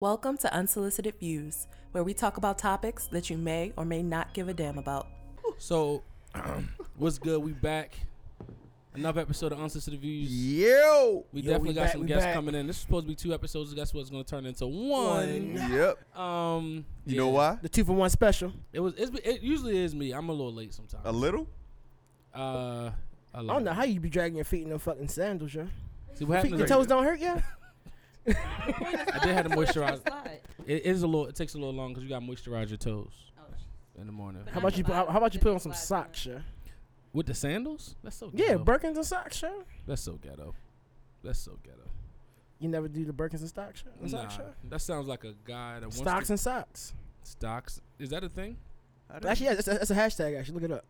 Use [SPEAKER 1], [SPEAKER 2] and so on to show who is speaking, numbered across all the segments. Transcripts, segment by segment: [SPEAKER 1] Welcome to Unsolicited Views, where we talk about topics that you may or may not give a damn about.
[SPEAKER 2] So, what's good? We back. Another episode of Unsolicited Views.
[SPEAKER 3] Yo.
[SPEAKER 2] We
[SPEAKER 4] Yo,
[SPEAKER 2] definitely
[SPEAKER 4] we
[SPEAKER 2] got
[SPEAKER 4] back,
[SPEAKER 2] some
[SPEAKER 4] we
[SPEAKER 2] guests
[SPEAKER 4] back.
[SPEAKER 2] coming in. This is supposed to be two episodes. Guess what's going to turn into one.
[SPEAKER 3] Yep.
[SPEAKER 2] Um,
[SPEAKER 3] You
[SPEAKER 2] yeah.
[SPEAKER 3] know why?
[SPEAKER 4] The two for one special.
[SPEAKER 2] It was. It's, it usually is me. I'm a little late
[SPEAKER 3] A
[SPEAKER 2] sometimes.
[SPEAKER 3] little.
[SPEAKER 2] Uh, a
[SPEAKER 4] I
[SPEAKER 2] lot.
[SPEAKER 4] don't know how you be dragging your feet in them fucking sandals, yo.
[SPEAKER 2] See what
[SPEAKER 4] Feet,
[SPEAKER 2] happened?
[SPEAKER 4] your
[SPEAKER 2] is
[SPEAKER 4] toes don't hurt, yeah.
[SPEAKER 2] I did have to moisturize. It is a little. It takes a little long because you got to moisturize your toes
[SPEAKER 4] Oh,
[SPEAKER 2] in the morning
[SPEAKER 4] How about you? Put, how, how about you put on some socks, yo?
[SPEAKER 2] with the sandals. That's so.
[SPEAKER 4] Yeah,
[SPEAKER 2] ghetto.
[SPEAKER 4] Birkins and socks, yo.
[SPEAKER 2] That's so ghetto. That's so ghetto.
[SPEAKER 4] You never do the Birkins and socks, yo. And
[SPEAKER 2] Nah,
[SPEAKER 4] socks, yo?
[SPEAKER 2] that sounds like a guy that wants
[SPEAKER 4] Stocks
[SPEAKER 2] to,
[SPEAKER 4] and socks.
[SPEAKER 2] stocks. Is that a thing?
[SPEAKER 4] Actually, yeah, that's, that's a hashtag. Actually, look it up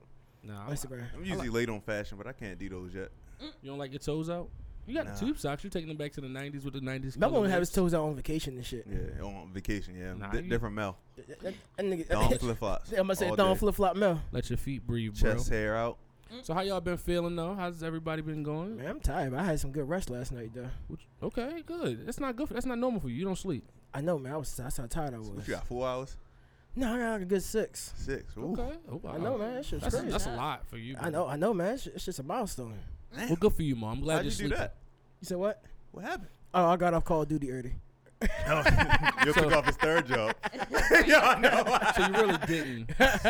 [SPEAKER 2] No.
[SPEAKER 4] on Instagram.
[SPEAKER 3] I'm usually late on fashion, but I can't do those yet.
[SPEAKER 2] You don't like your toes out? You got
[SPEAKER 3] Nah.
[SPEAKER 2] the tube socks. You're taking them back to the 90s with the 90s.
[SPEAKER 4] Mel
[SPEAKER 2] color
[SPEAKER 4] only have his
[SPEAKER 2] mix.
[SPEAKER 4] toes out on vacation and shit.
[SPEAKER 3] Yeah, on vacation. Yeah,
[SPEAKER 2] Nah,
[SPEAKER 3] Di-
[SPEAKER 2] you-
[SPEAKER 3] different mouth.
[SPEAKER 4] That, that- that nigga,
[SPEAKER 3] Thong flip flops.
[SPEAKER 4] I'm gonna say thong flip flop Mel.
[SPEAKER 2] Let your feet breathe, bro.
[SPEAKER 3] Chest hair out.
[SPEAKER 2] So how y'all been feeling though? How's everybody been going?
[SPEAKER 4] Man, I'm tired. But I had some good rest last night though.
[SPEAKER 2] Which- Okay, good. That's not good. For, that's not normal for you. You don't sleep.
[SPEAKER 4] I know, man. I was that's how tired I was.
[SPEAKER 3] So What you got? Four hours?
[SPEAKER 4] No, I got like a good six.
[SPEAKER 3] Six. Ooh.
[SPEAKER 2] Okay. Oh, wow.
[SPEAKER 4] I know, man. That shit's
[SPEAKER 2] That's,
[SPEAKER 4] crazy.
[SPEAKER 2] that's a lot for you.
[SPEAKER 4] I
[SPEAKER 2] bro.
[SPEAKER 4] know, I know, man. It's, it's just a milestone.
[SPEAKER 2] Well, good for you, mom. I'm glad
[SPEAKER 3] How'd
[SPEAKER 2] you're
[SPEAKER 3] you do
[SPEAKER 2] sleeping.
[SPEAKER 3] that?
[SPEAKER 4] You said what?
[SPEAKER 3] What happened?
[SPEAKER 4] Oh, I got off Call of Duty early.
[SPEAKER 3] You'll
[SPEAKER 2] So-
[SPEAKER 3] kick off his third job. yeah, I know.
[SPEAKER 2] so you really didn't. So,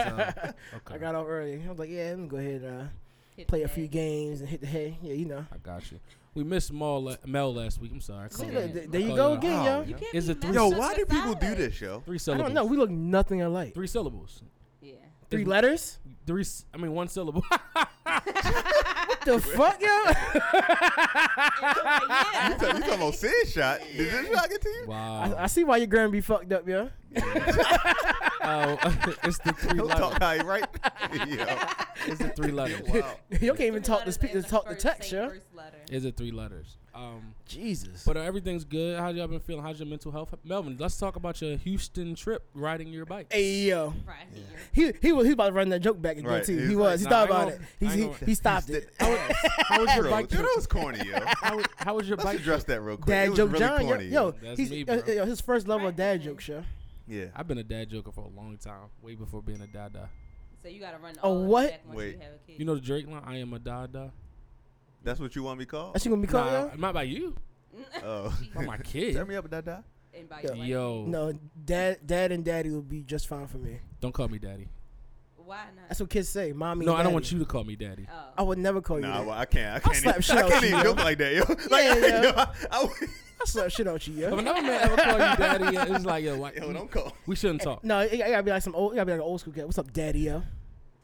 [SPEAKER 2] okay.
[SPEAKER 4] I got off early. I was like, yeah, let me go ahead and uh, play a few games and hit the hay. Yeah, you know.
[SPEAKER 2] I got you. We missed Mel, la- Mel last week. I'm sorry. I
[SPEAKER 4] See,
[SPEAKER 2] called
[SPEAKER 4] look,
[SPEAKER 2] it.
[SPEAKER 4] th- there you
[SPEAKER 2] Oh,
[SPEAKER 4] go
[SPEAKER 2] yeah.
[SPEAKER 4] again,
[SPEAKER 3] Wow.
[SPEAKER 4] yo.
[SPEAKER 2] You
[SPEAKER 5] You can't
[SPEAKER 2] Is
[SPEAKER 5] be
[SPEAKER 2] it three?
[SPEAKER 3] Yo,
[SPEAKER 5] messed
[SPEAKER 3] why
[SPEAKER 5] up
[SPEAKER 3] do people do
[SPEAKER 5] aside.
[SPEAKER 3] this, yo?
[SPEAKER 2] Three
[SPEAKER 4] I
[SPEAKER 2] syllables.
[SPEAKER 4] don't know. We look nothing alike.
[SPEAKER 2] Three syllables.
[SPEAKER 5] Yeah.
[SPEAKER 4] Three letters?
[SPEAKER 2] Three. s- I mean, one syllable.
[SPEAKER 4] What the fuck, yo?
[SPEAKER 3] You talk- you talking about Sid shot? Did this shot get to you?
[SPEAKER 2] wow.
[SPEAKER 4] I, I see why your gram be fucked up, yo.
[SPEAKER 2] oh, it's the three
[SPEAKER 3] Don't
[SPEAKER 2] letters.
[SPEAKER 3] talk how you right. Yo,
[SPEAKER 2] Is it three letters?
[SPEAKER 3] wow.
[SPEAKER 4] you can't even
[SPEAKER 5] Three
[SPEAKER 4] talk to
[SPEAKER 5] letters
[SPEAKER 4] speak
[SPEAKER 5] and
[SPEAKER 4] to talk to
[SPEAKER 5] first
[SPEAKER 4] text,
[SPEAKER 5] same
[SPEAKER 4] yo.
[SPEAKER 5] first letter.
[SPEAKER 2] Is it three letters? Um,
[SPEAKER 4] Jesus.
[SPEAKER 2] but uh, everything's good. How y'all been feeling? How's your mental health, Melvin? Let's talk about your Houston trip, riding your bike.
[SPEAKER 4] Hey yo.
[SPEAKER 5] Right
[SPEAKER 4] He
[SPEAKER 5] here.
[SPEAKER 4] he was he about to run that joke back again
[SPEAKER 3] Right,
[SPEAKER 4] too.
[SPEAKER 3] he's
[SPEAKER 4] He
[SPEAKER 3] like,
[SPEAKER 4] was. He
[SPEAKER 2] nah,
[SPEAKER 4] thought
[SPEAKER 2] I
[SPEAKER 4] about
[SPEAKER 2] ain't
[SPEAKER 4] it. He
[SPEAKER 2] gonna- I
[SPEAKER 4] he,
[SPEAKER 2] ain't
[SPEAKER 4] he stopped it.
[SPEAKER 2] How was your
[SPEAKER 3] Bro,
[SPEAKER 2] bike
[SPEAKER 3] dude,
[SPEAKER 2] trip?
[SPEAKER 3] that was corny, yo.
[SPEAKER 2] How, was- how was your
[SPEAKER 3] Let's
[SPEAKER 2] bike
[SPEAKER 3] address
[SPEAKER 2] trip?
[SPEAKER 3] that real quick. It
[SPEAKER 4] Dad
[SPEAKER 3] was
[SPEAKER 4] joke
[SPEAKER 3] really
[SPEAKER 4] Johnny.
[SPEAKER 3] corny,
[SPEAKER 4] yo, yo,
[SPEAKER 2] That's
[SPEAKER 4] he's,
[SPEAKER 2] me,
[SPEAKER 4] uh,
[SPEAKER 2] bro.
[SPEAKER 4] yo, his first level of dad joke, yo.
[SPEAKER 3] Yeah.
[SPEAKER 2] I've been a dad joker for a long time, way before being a dada.
[SPEAKER 5] So you gotta run.
[SPEAKER 4] A
[SPEAKER 5] all of it
[SPEAKER 4] what?
[SPEAKER 5] back once
[SPEAKER 3] Wait.
[SPEAKER 5] You, have a kid.
[SPEAKER 2] You know the Drake line? I am a dada.
[SPEAKER 3] That's what you want me called?
[SPEAKER 4] That's you gonna be called,
[SPEAKER 2] Nah,
[SPEAKER 4] yo?
[SPEAKER 2] not by you,
[SPEAKER 3] Oh.
[SPEAKER 2] by my
[SPEAKER 3] Turn
[SPEAKER 2] kid.
[SPEAKER 3] me up, da-da.
[SPEAKER 5] And by
[SPEAKER 4] Yeah.
[SPEAKER 5] your
[SPEAKER 2] Yo,
[SPEAKER 4] No, dad, dad and daddy will be just fine for me.
[SPEAKER 2] don't call me daddy.
[SPEAKER 5] wife. Why not?
[SPEAKER 4] That's what kids say, mommy.
[SPEAKER 2] No,
[SPEAKER 4] and
[SPEAKER 2] I don't
[SPEAKER 4] daddy.
[SPEAKER 2] want you to call me daddy.
[SPEAKER 5] oh.
[SPEAKER 4] I would never call you.
[SPEAKER 3] Nah,
[SPEAKER 4] that.
[SPEAKER 3] well, I can't. I can't,
[SPEAKER 4] slap
[SPEAKER 3] even,
[SPEAKER 4] shit
[SPEAKER 3] I
[SPEAKER 4] out
[SPEAKER 3] can't
[SPEAKER 4] you,
[SPEAKER 3] even
[SPEAKER 4] yo.
[SPEAKER 3] joke like that, yo. Like,
[SPEAKER 4] Yeah, yeah.
[SPEAKER 3] yo, I, I,
[SPEAKER 4] I slap shit out you,
[SPEAKER 2] If
[SPEAKER 4] yo.
[SPEAKER 2] another man ever call you daddy, yeah, it's like yo, why,
[SPEAKER 3] yo, don't call.
[SPEAKER 2] we shouldn't talk.
[SPEAKER 4] No, it, it gotta be like some old. It gotta be like an old school cat. What's up, daddy, yo?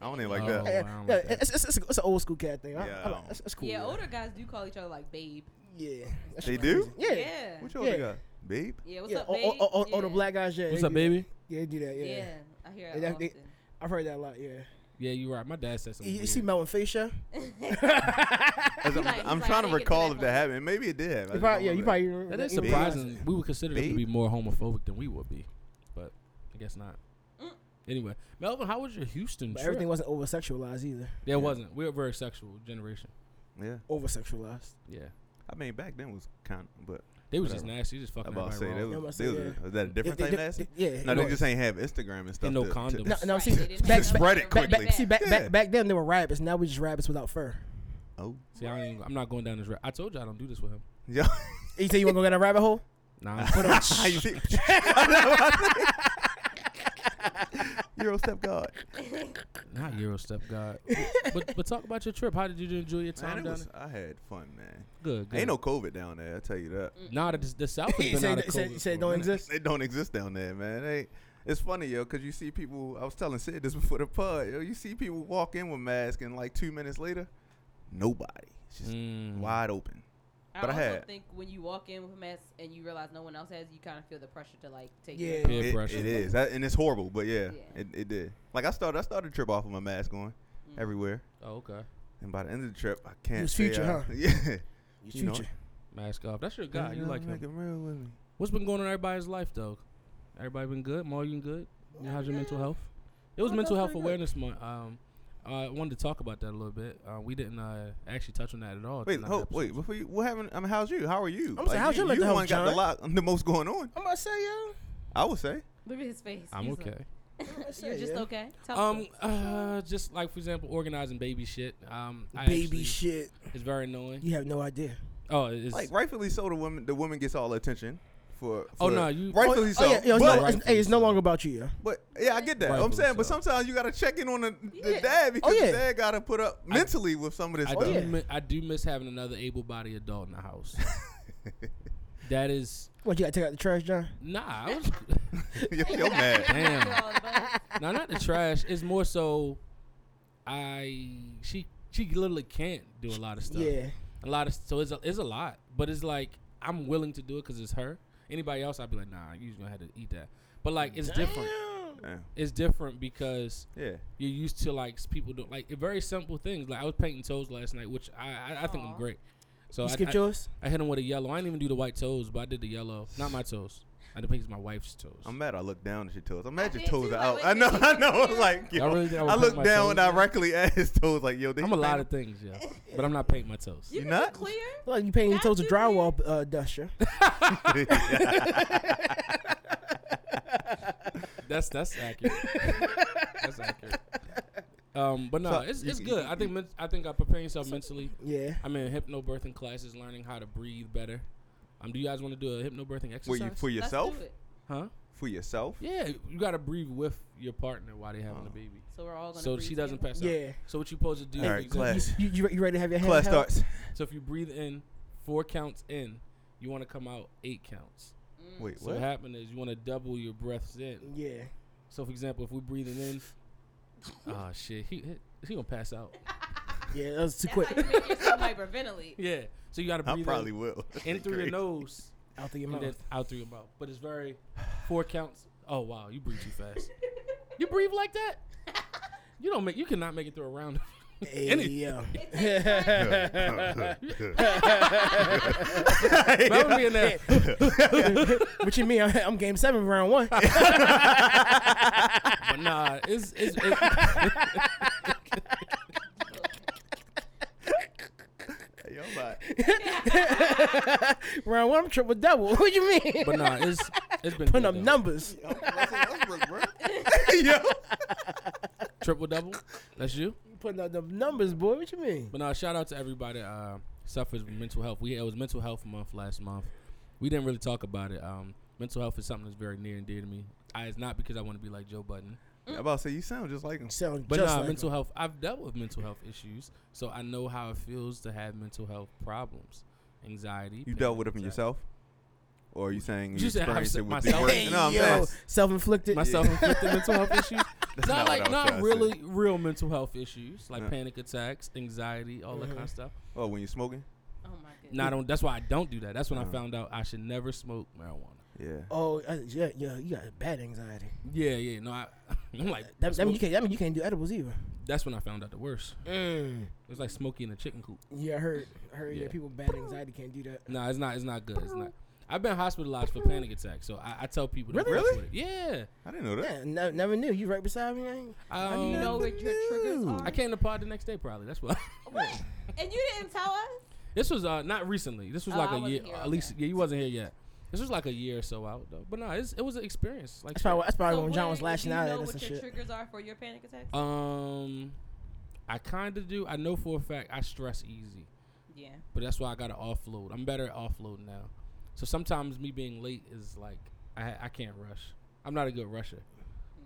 [SPEAKER 3] I don't even like
[SPEAKER 2] Oh.
[SPEAKER 3] that.
[SPEAKER 4] Yeah,
[SPEAKER 2] wow, I like
[SPEAKER 4] yeah,
[SPEAKER 2] that.
[SPEAKER 4] it's, it's, it's, it's an old school cat thing. I-
[SPEAKER 3] Yeah,
[SPEAKER 4] I
[SPEAKER 3] I
[SPEAKER 4] like-
[SPEAKER 3] don't-
[SPEAKER 4] that's, that's cool.
[SPEAKER 5] yeah,
[SPEAKER 4] yo.
[SPEAKER 5] older guys do call each other like babe.
[SPEAKER 4] Yeah, That
[SPEAKER 3] They
[SPEAKER 4] shit
[SPEAKER 3] do?
[SPEAKER 4] crazy. Yeah,
[SPEAKER 5] Yeah.
[SPEAKER 3] What y'all yeah.
[SPEAKER 4] Yeah.
[SPEAKER 3] got? Babe?
[SPEAKER 5] Yeah, What's
[SPEAKER 4] yeah. oh,
[SPEAKER 5] up,
[SPEAKER 4] All,
[SPEAKER 5] babe?
[SPEAKER 4] all, all, all
[SPEAKER 5] yeah.
[SPEAKER 4] the black guys, yeah.
[SPEAKER 2] What's
[SPEAKER 4] they
[SPEAKER 2] up,
[SPEAKER 4] do-
[SPEAKER 2] baby?
[SPEAKER 4] Yeah, they do that.
[SPEAKER 5] Yeah.
[SPEAKER 4] Yeah.
[SPEAKER 5] I hear
[SPEAKER 4] They
[SPEAKER 5] it
[SPEAKER 4] definitely-
[SPEAKER 5] often.
[SPEAKER 4] I've heard that a lot. Yeah,
[SPEAKER 2] Yeah, you're right. My dad said something.
[SPEAKER 4] you, you
[SPEAKER 2] weird.
[SPEAKER 4] see Melvin Face, yo?
[SPEAKER 3] As I'm,
[SPEAKER 5] like-
[SPEAKER 3] I'm trying
[SPEAKER 5] he's like, I
[SPEAKER 3] to
[SPEAKER 5] didn't get to
[SPEAKER 3] recall
[SPEAKER 5] that
[SPEAKER 3] if that
[SPEAKER 5] point.
[SPEAKER 3] happened. And Maybe it did happen. I
[SPEAKER 4] You
[SPEAKER 3] just
[SPEAKER 4] probably, yeah,
[SPEAKER 3] don't remember
[SPEAKER 4] you probably. remember
[SPEAKER 2] That is
[SPEAKER 4] you know,
[SPEAKER 2] surprising. We would consider them to
[SPEAKER 3] Babe.
[SPEAKER 2] be more homophobic than we would be, but I guess not. Anyway, Melvin, how was your Houston
[SPEAKER 4] But
[SPEAKER 2] trip?
[SPEAKER 4] everything wasn't over sexualized either.
[SPEAKER 2] there wasn't. We're a very sexual generation.
[SPEAKER 3] that. Yeah.
[SPEAKER 4] Over sexualized.
[SPEAKER 2] Yeah,
[SPEAKER 3] I mean, back then was kind of, but
[SPEAKER 2] they was just
[SPEAKER 3] Whatever.
[SPEAKER 2] nasty. Just fucking
[SPEAKER 3] I'm about to
[SPEAKER 2] everybody
[SPEAKER 3] say,
[SPEAKER 2] wrong.
[SPEAKER 3] they
[SPEAKER 4] I'm
[SPEAKER 3] was, they
[SPEAKER 4] about to say,
[SPEAKER 3] was,
[SPEAKER 4] yeah.
[SPEAKER 3] was that a different
[SPEAKER 4] They-
[SPEAKER 3] type
[SPEAKER 4] they-
[SPEAKER 3] nasty?
[SPEAKER 4] Yeah.
[SPEAKER 3] No,
[SPEAKER 2] no,
[SPEAKER 3] they just ain't have Instagram and stuff.
[SPEAKER 2] no
[SPEAKER 3] to- to-
[SPEAKER 2] condoms.
[SPEAKER 4] No, no.
[SPEAKER 5] Right,
[SPEAKER 4] See,
[SPEAKER 5] they
[SPEAKER 4] back,
[SPEAKER 5] didn't have
[SPEAKER 3] Just
[SPEAKER 4] back,
[SPEAKER 5] no
[SPEAKER 3] spread it
[SPEAKER 4] back,
[SPEAKER 3] quickly.
[SPEAKER 4] back, see, back,
[SPEAKER 3] Yeah.
[SPEAKER 4] back, back then they were rabbits. Now we just rabbits without fur.
[SPEAKER 3] Oh.
[SPEAKER 2] See, I ain't, I'm not going down this route. I told you I don't do this with him.
[SPEAKER 3] Yo.
[SPEAKER 4] You say you want to go down a rabbit hole?
[SPEAKER 2] Nah,
[SPEAKER 3] How you see? I know, I see. Euro step god.
[SPEAKER 2] not Euro step God. but but talk about your trip. How did you enjoy your time
[SPEAKER 3] Man, it
[SPEAKER 2] down
[SPEAKER 3] was,
[SPEAKER 2] there?
[SPEAKER 3] I had fun, man.
[SPEAKER 2] Good, good.
[SPEAKER 3] Ain't no COVID down there. I tell you that.
[SPEAKER 2] Nah, the, the South
[SPEAKER 4] He
[SPEAKER 2] has been
[SPEAKER 4] said-
[SPEAKER 2] out of
[SPEAKER 4] he said-
[SPEAKER 2] COVID
[SPEAKER 4] he said
[SPEAKER 2] for a
[SPEAKER 4] don't
[SPEAKER 2] minute.
[SPEAKER 4] exist.
[SPEAKER 3] They don't exist down there, man. They, it's funny, yo, because you see people. I was telling Sid this before the pod. Yo, you see people walk in with masks, and like two minutes later, nobody. It's just
[SPEAKER 2] Mm.
[SPEAKER 3] wide open.
[SPEAKER 5] I
[SPEAKER 3] But I
[SPEAKER 5] also
[SPEAKER 3] had-
[SPEAKER 5] think when you walk in with a mess and you realize no one else has, you kind of feel the pressure to like take.
[SPEAKER 4] Yeah.
[SPEAKER 5] It.
[SPEAKER 2] Peer
[SPEAKER 3] It-
[SPEAKER 2] pressure.
[SPEAKER 3] it is, That- and it's horrible. But yeah,
[SPEAKER 5] Yeah.
[SPEAKER 3] It, it did. Like I started, I started the trip off with my mask on everywhere,
[SPEAKER 2] Oh, okay.
[SPEAKER 3] and by the end of the trip, I can't.
[SPEAKER 4] was
[SPEAKER 3] say
[SPEAKER 4] Future,
[SPEAKER 3] I-
[SPEAKER 4] huh?
[SPEAKER 3] Yeah.
[SPEAKER 4] You
[SPEAKER 3] know
[SPEAKER 4] future.
[SPEAKER 2] Mask off. That's your guy. You
[SPEAKER 3] know,
[SPEAKER 2] like
[SPEAKER 3] make
[SPEAKER 2] him.
[SPEAKER 3] it real with me.
[SPEAKER 2] What's been going on in everybody's life though? Everybody been good? Maul, you been good? You- How's your mental health? It was
[SPEAKER 4] Oh,
[SPEAKER 2] mental
[SPEAKER 4] that's
[SPEAKER 2] health
[SPEAKER 4] pretty good.
[SPEAKER 2] awareness month. Um, Uh, I wanted to talk about that a little bit. Uh, we didn't uh, actually touch on that at all.
[SPEAKER 3] Wait,
[SPEAKER 2] in the
[SPEAKER 3] ho,
[SPEAKER 2] episode.
[SPEAKER 3] wait. Before you, what happened? I mean, how's you? How are you?
[SPEAKER 4] I'm saying, how's
[SPEAKER 3] you,
[SPEAKER 4] your mental
[SPEAKER 3] you the
[SPEAKER 4] health,
[SPEAKER 3] one got the
[SPEAKER 4] John?
[SPEAKER 3] lot, the most going on.
[SPEAKER 4] I'm about to say, yo.
[SPEAKER 3] I would say.
[SPEAKER 5] Look at his face.
[SPEAKER 2] I'm
[SPEAKER 5] He's like,
[SPEAKER 2] okay.
[SPEAKER 4] I'm about to
[SPEAKER 5] You're
[SPEAKER 4] say,
[SPEAKER 5] just
[SPEAKER 4] yo.
[SPEAKER 5] okay. Tell
[SPEAKER 2] Um,
[SPEAKER 5] us.
[SPEAKER 2] uh, just like for example, organizing baby shit. Um, I
[SPEAKER 4] Baby
[SPEAKER 2] actually-
[SPEAKER 4] shit.
[SPEAKER 2] It's very annoying.
[SPEAKER 4] You have no idea.
[SPEAKER 2] Oh, it's
[SPEAKER 3] Like rightfully so, the woman the woman gets all the attention for. for
[SPEAKER 2] Oh, nah, you-
[SPEAKER 4] Oh,
[SPEAKER 3] rightfully so.
[SPEAKER 4] yeah, yo, it's
[SPEAKER 3] but,
[SPEAKER 4] no, it's, hey, it's no longer about you, yo.
[SPEAKER 3] but yeah, I get that. I'm
[SPEAKER 2] Rightfully
[SPEAKER 3] saying, but
[SPEAKER 2] so. Oh,
[SPEAKER 3] sometimes you gotta check in on the, the
[SPEAKER 5] Yeah.
[SPEAKER 3] dad because
[SPEAKER 4] yeah.
[SPEAKER 3] the dad gotta put up mentally with some of this
[SPEAKER 2] I
[SPEAKER 3] stuff.
[SPEAKER 2] do.
[SPEAKER 4] yeah.
[SPEAKER 2] mi- I do miss having another able-bodied adult in the house. that is
[SPEAKER 4] What, you got to take out the trash, John?
[SPEAKER 2] nah. I was,
[SPEAKER 3] Yo, yo, mad.
[SPEAKER 2] damn.
[SPEAKER 5] You're all about-
[SPEAKER 2] no, not the trash. It's more so, I she she literally can't do a lot of stuff.
[SPEAKER 4] Yeah.
[SPEAKER 2] a lot of so it's a, it's a lot, but it's like I'm willing to do it because it's her. Anybody else, I'd be like, nah, you just gonna have to eat that. But like, it's different.
[SPEAKER 3] Damn.
[SPEAKER 2] It's different because
[SPEAKER 3] Yeah.
[SPEAKER 2] you're used to like s- people do like very simple things. Like I was painting toes last night, which I I, I think
[SPEAKER 5] Aw.
[SPEAKER 2] I'm great. So
[SPEAKER 4] You
[SPEAKER 2] I,
[SPEAKER 4] skipped
[SPEAKER 2] I,
[SPEAKER 4] yours?
[SPEAKER 2] I hit him with a yellow. I didn't even do the white toes, but I did the yellow. Not my toes. I did paint my wife's toes.
[SPEAKER 3] I'm mad. I looked down at your toes. I'm mad your
[SPEAKER 5] did
[SPEAKER 3] toes
[SPEAKER 5] too,
[SPEAKER 3] are
[SPEAKER 5] like,
[SPEAKER 3] out.
[SPEAKER 5] wait,
[SPEAKER 3] I know.
[SPEAKER 5] did
[SPEAKER 3] I
[SPEAKER 5] you
[SPEAKER 3] know.
[SPEAKER 5] do it?
[SPEAKER 3] Like yo,
[SPEAKER 2] I really think I would
[SPEAKER 3] I
[SPEAKER 2] paint
[SPEAKER 3] looked
[SPEAKER 2] my
[SPEAKER 3] down
[SPEAKER 2] toes.
[SPEAKER 3] directly at his toes. Like yo, did
[SPEAKER 2] I'm
[SPEAKER 3] you
[SPEAKER 2] a lot
[SPEAKER 3] paint
[SPEAKER 2] of things, yeah. But I'm not painting my toes.
[SPEAKER 5] You
[SPEAKER 3] You
[SPEAKER 5] can
[SPEAKER 3] not?
[SPEAKER 5] clear?
[SPEAKER 4] Like you painting your
[SPEAKER 5] Got
[SPEAKER 4] toes with
[SPEAKER 5] you, man.
[SPEAKER 4] drywall uh, dust, yo.
[SPEAKER 2] That's that's accurate. that's accurate. Um, but no,
[SPEAKER 3] So,
[SPEAKER 2] it's
[SPEAKER 3] you-
[SPEAKER 2] it's
[SPEAKER 3] you-
[SPEAKER 2] good. I think men- I think I prepare yourself mentally.
[SPEAKER 4] Yeah.
[SPEAKER 2] I'm in hypnobirthing classes, learning how to breathe better. Um, do you guys want to do a hypnobirthing
[SPEAKER 3] for
[SPEAKER 2] exercise?
[SPEAKER 3] you for
[SPEAKER 5] Let's
[SPEAKER 3] yourself?
[SPEAKER 5] do it.
[SPEAKER 2] huh?
[SPEAKER 3] For yourself?
[SPEAKER 2] Yeah, you gotta breathe with your partner while they having
[SPEAKER 3] Oh.
[SPEAKER 2] the baby,
[SPEAKER 5] So we're all gonna.
[SPEAKER 2] so
[SPEAKER 5] breathe
[SPEAKER 2] she doesn't
[SPEAKER 5] together?
[SPEAKER 2] pass out.
[SPEAKER 4] Yeah.
[SPEAKER 2] So what you supposed to do?
[SPEAKER 3] All
[SPEAKER 2] for
[SPEAKER 3] right,
[SPEAKER 2] example-
[SPEAKER 3] class.
[SPEAKER 4] You, you, re- you ready to have your hand
[SPEAKER 3] Class
[SPEAKER 4] held?
[SPEAKER 3] starts.
[SPEAKER 2] So if you breathe in four counts in, you want to come out eight counts.
[SPEAKER 5] Mm.
[SPEAKER 3] Wait,
[SPEAKER 2] So what
[SPEAKER 3] what?
[SPEAKER 2] happened is you want to double your breaths in.
[SPEAKER 4] Yeah.
[SPEAKER 2] So for example, if we're breathing in, oh shit, he he- he gonna pass out.
[SPEAKER 4] Yeah, that was too quick.
[SPEAKER 5] That's how you make yourself hyperventilate.
[SPEAKER 2] Yeah. So you gotta
[SPEAKER 3] I
[SPEAKER 2] breathe
[SPEAKER 3] probably
[SPEAKER 2] in,
[SPEAKER 3] will.
[SPEAKER 2] in through your
[SPEAKER 3] Great.
[SPEAKER 2] nose
[SPEAKER 4] Out the your
[SPEAKER 2] and then
[SPEAKER 4] mouth.
[SPEAKER 2] out through your mouth. But it's very four counts. Oh wow, you breathe too fast. you breathe like that? You don't make. You cannot make it through a round. of-
[SPEAKER 4] Hey,
[SPEAKER 2] Any-
[SPEAKER 4] yo.
[SPEAKER 2] That would be in there.
[SPEAKER 4] what you mean? I'm, I'm game seven, round one.
[SPEAKER 2] But nah, it's it's. it's
[SPEAKER 3] Yo, I'm like,
[SPEAKER 4] round one, I'm triple double. what you mean?
[SPEAKER 2] but nah, it's it's been
[SPEAKER 4] Putting
[SPEAKER 2] good,
[SPEAKER 4] up
[SPEAKER 2] though.
[SPEAKER 4] numbers.
[SPEAKER 3] yo, what's in Ellsworth, bro? Yo.
[SPEAKER 2] triple double. That's you.
[SPEAKER 4] Putting up the numbers, boy. What you mean?
[SPEAKER 2] But nah, shout out to everybody uh suffers with mental health. We it was mental health month last month. We didn't really talk about it. Um, mental health is something that's very near and dear to me. I, it's not because I want to be like Joe Budden.
[SPEAKER 3] I'm about to say you sound just like him.
[SPEAKER 4] Sound
[SPEAKER 2] But
[SPEAKER 4] just
[SPEAKER 2] nah,
[SPEAKER 4] like
[SPEAKER 2] mental health. I've dealt with mental health issues, so I know how it feels to have mental health problems, anxiety.
[SPEAKER 3] You
[SPEAKER 2] pain,
[SPEAKER 3] dealt with it from
[SPEAKER 2] anxiety.
[SPEAKER 3] yourself, or are you saying you
[SPEAKER 2] You said
[SPEAKER 3] experienced
[SPEAKER 2] I
[SPEAKER 3] it with
[SPEAKER 2] said
[SPEAKER 3] the
[SPEAKER 2] myself.
[SPEAKER 3] work?
[SPEAKER 2] Hey,
[SPEAKER 3] You know what I'm
[SPEAKER 4] yo,
[SPEAKER 3] saying?
[SPEAKER 4] self-inflicted.
[SPEAKER 2] Myself-inflicted mental health issues. not,
[SPEAKER 3] That's what I
[SPEAKER 2] like
[SPEAKER 3] was
[SPEAKER 2] not
[SPEAKER 3] trying to
[SPEAKER 2] really
[SPEAKER 3] say.
[SPEAKER 2] real mental health issues like
[SPEAKER 3] Yeah.
[SPEAKER 2] panic attacks, anxiety, all that kind
[SPEAKER 4] Mm-hmm.
[SPEAKER 2] of stuff.
[SPEAKER 3] Oh, when you smoking?
[SPEAKER 5] Oh my goodness.
[SPEAKER 2] Not on. That's why I don't do that. That's when
[SPEAKER 3] Uh-huh.
[SPEAKER 2] I found out I should never smoke marijuana.
[SPEAKER 3] Yeah.
[SPEAKER 4] Oh, uh, yeah, yeah. You got bad anxiety.
[SPEAKER 2] Yeah, yeah. No, I, I'm like
[SPEAKER 4] That, that
[SPEAKER 2] smoke-
[SPEAKER 4] mean you can't. That mean you can't do edibles either.
[SPEAKER 2] that's when I found out the worst.
[SPEAKER 4] Mm.
[SPEAKER 2] It was like smoking a chicken coop.
[SPEAKER 4] Yeah, I heard. I heard. Yeah,
[SPEAKER 2] Yeah.
[SPEAKER 4] people with bad anxiety can't do that.
[SPEAKER 2] No, it's not. It's not good. It's not. I've been hospitalized for panic attacks, so I, I tell people to
[SPEAKER 3] Really?
[SPEAKER 2] mess with it. Yeah.
[SPEAKER 3] I didn't know that.
[SPEAKER 4] Yeah, no, never knew. You right beside me. eh? ain't-
[SPEAKER 5] I
[SPEAKER 2] Um,
[SPEAKER 5] know what your triggers
[SPEAKER 4] knew.
[SPEAKER 5] are.
[SPEAKER 2] I came to pod the next day, probably. That's why.
[SPEAKER 5] What? And you didn't tell us?
[SPEAKER 2] this was uh, not recently. This was
[SPEAKER 5] Oh,
[SPEAKER 2] like
[SPEAKER 5] I
[SPEAKER 2] a
[SPEAKER 5] wasn't
[SPEAKER 2] year.
[SPEAKER 5] here,
[SPEAKER 2] At
[SPEAKER 5] okay.
[SPEAKER 2] least yeah, you wasn't here yet. This was like a year or so out though. But no, it's, it was an experience. Like
[SPEAKER 4] That's probably. That's probably
[SPEAKER 5] So
[SPEAKER 4] when John
[SPEAKER 5] what-
[SPEAKER 4] was lashing
[SPEAKER 5] do you
[SPEAKER 4] out
[SPEAKER 5] know
[SPEAKER 4] at us
[SPEAKER 5] what
[SPEAKER 4] and
[SPEAKER 5] your
[SPEAKER 4] shit.
[SPEAKER 5] triggers are for your panic attacks?
[SPEAKER 2] um, I kind of do. I know for a fact I stress easy,
[SPEAKER 5] yeah.
[SPEAKER 2] but that's why I gotta offload. I'm better at offloading now. So sometimes me being late is like I I can't rush. I'm not a good rusher.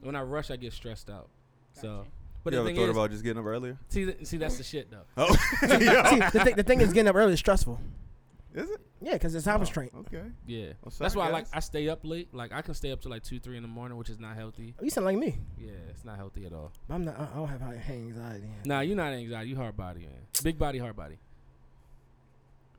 [SPEAKER 2] When I rush, I get stressed out. So,
[SPEAKER 5] Gotcha.
[SPEAKER 2] but
[SPEAKER 3] you
[SPEAKER 2] the
[SPEAKER 3] ever
[SPEAKER 2] thing
[SPEAKER 3] thought
[SPEAKER 2] is,
[SPEAKER 3] about just getting up earlier?
[SPEAKER 2] see, th- see, that's the shit though.
[SPEAKER 3] Oh,
[SPEAKER 4] See, the, thing, the thing is, getting up early is stressful.
[SPEAKER 3] is it?
[SPEAKER 4] Yeah, because it's time
[SPEAKER 3] Oh,
[SPEAKER 4] restraint.
[SPEAKER 3] Okay.
[SPEAKER 2] Yeah,
[SPEAKER 3] Well,
[SPEAKER 2] that's
[SPEAKER 3] sorry,
[SPEAKER 2] why I like
[SPEAKER 3] guys.
[SPEAKER 2] I stay up late. Like I can stay up to like two, three in the morning, which is not healthy.
[SPEAKER 4] You sound like me.
[SPEAKER 2] Yeah, it's not healthy at all.
[SPEAKER 4] I'm not. I I don't have high high anxiety.
[SPEAKER 2] Nah, you're not anxiety. You hard body, man. Big body, hard body.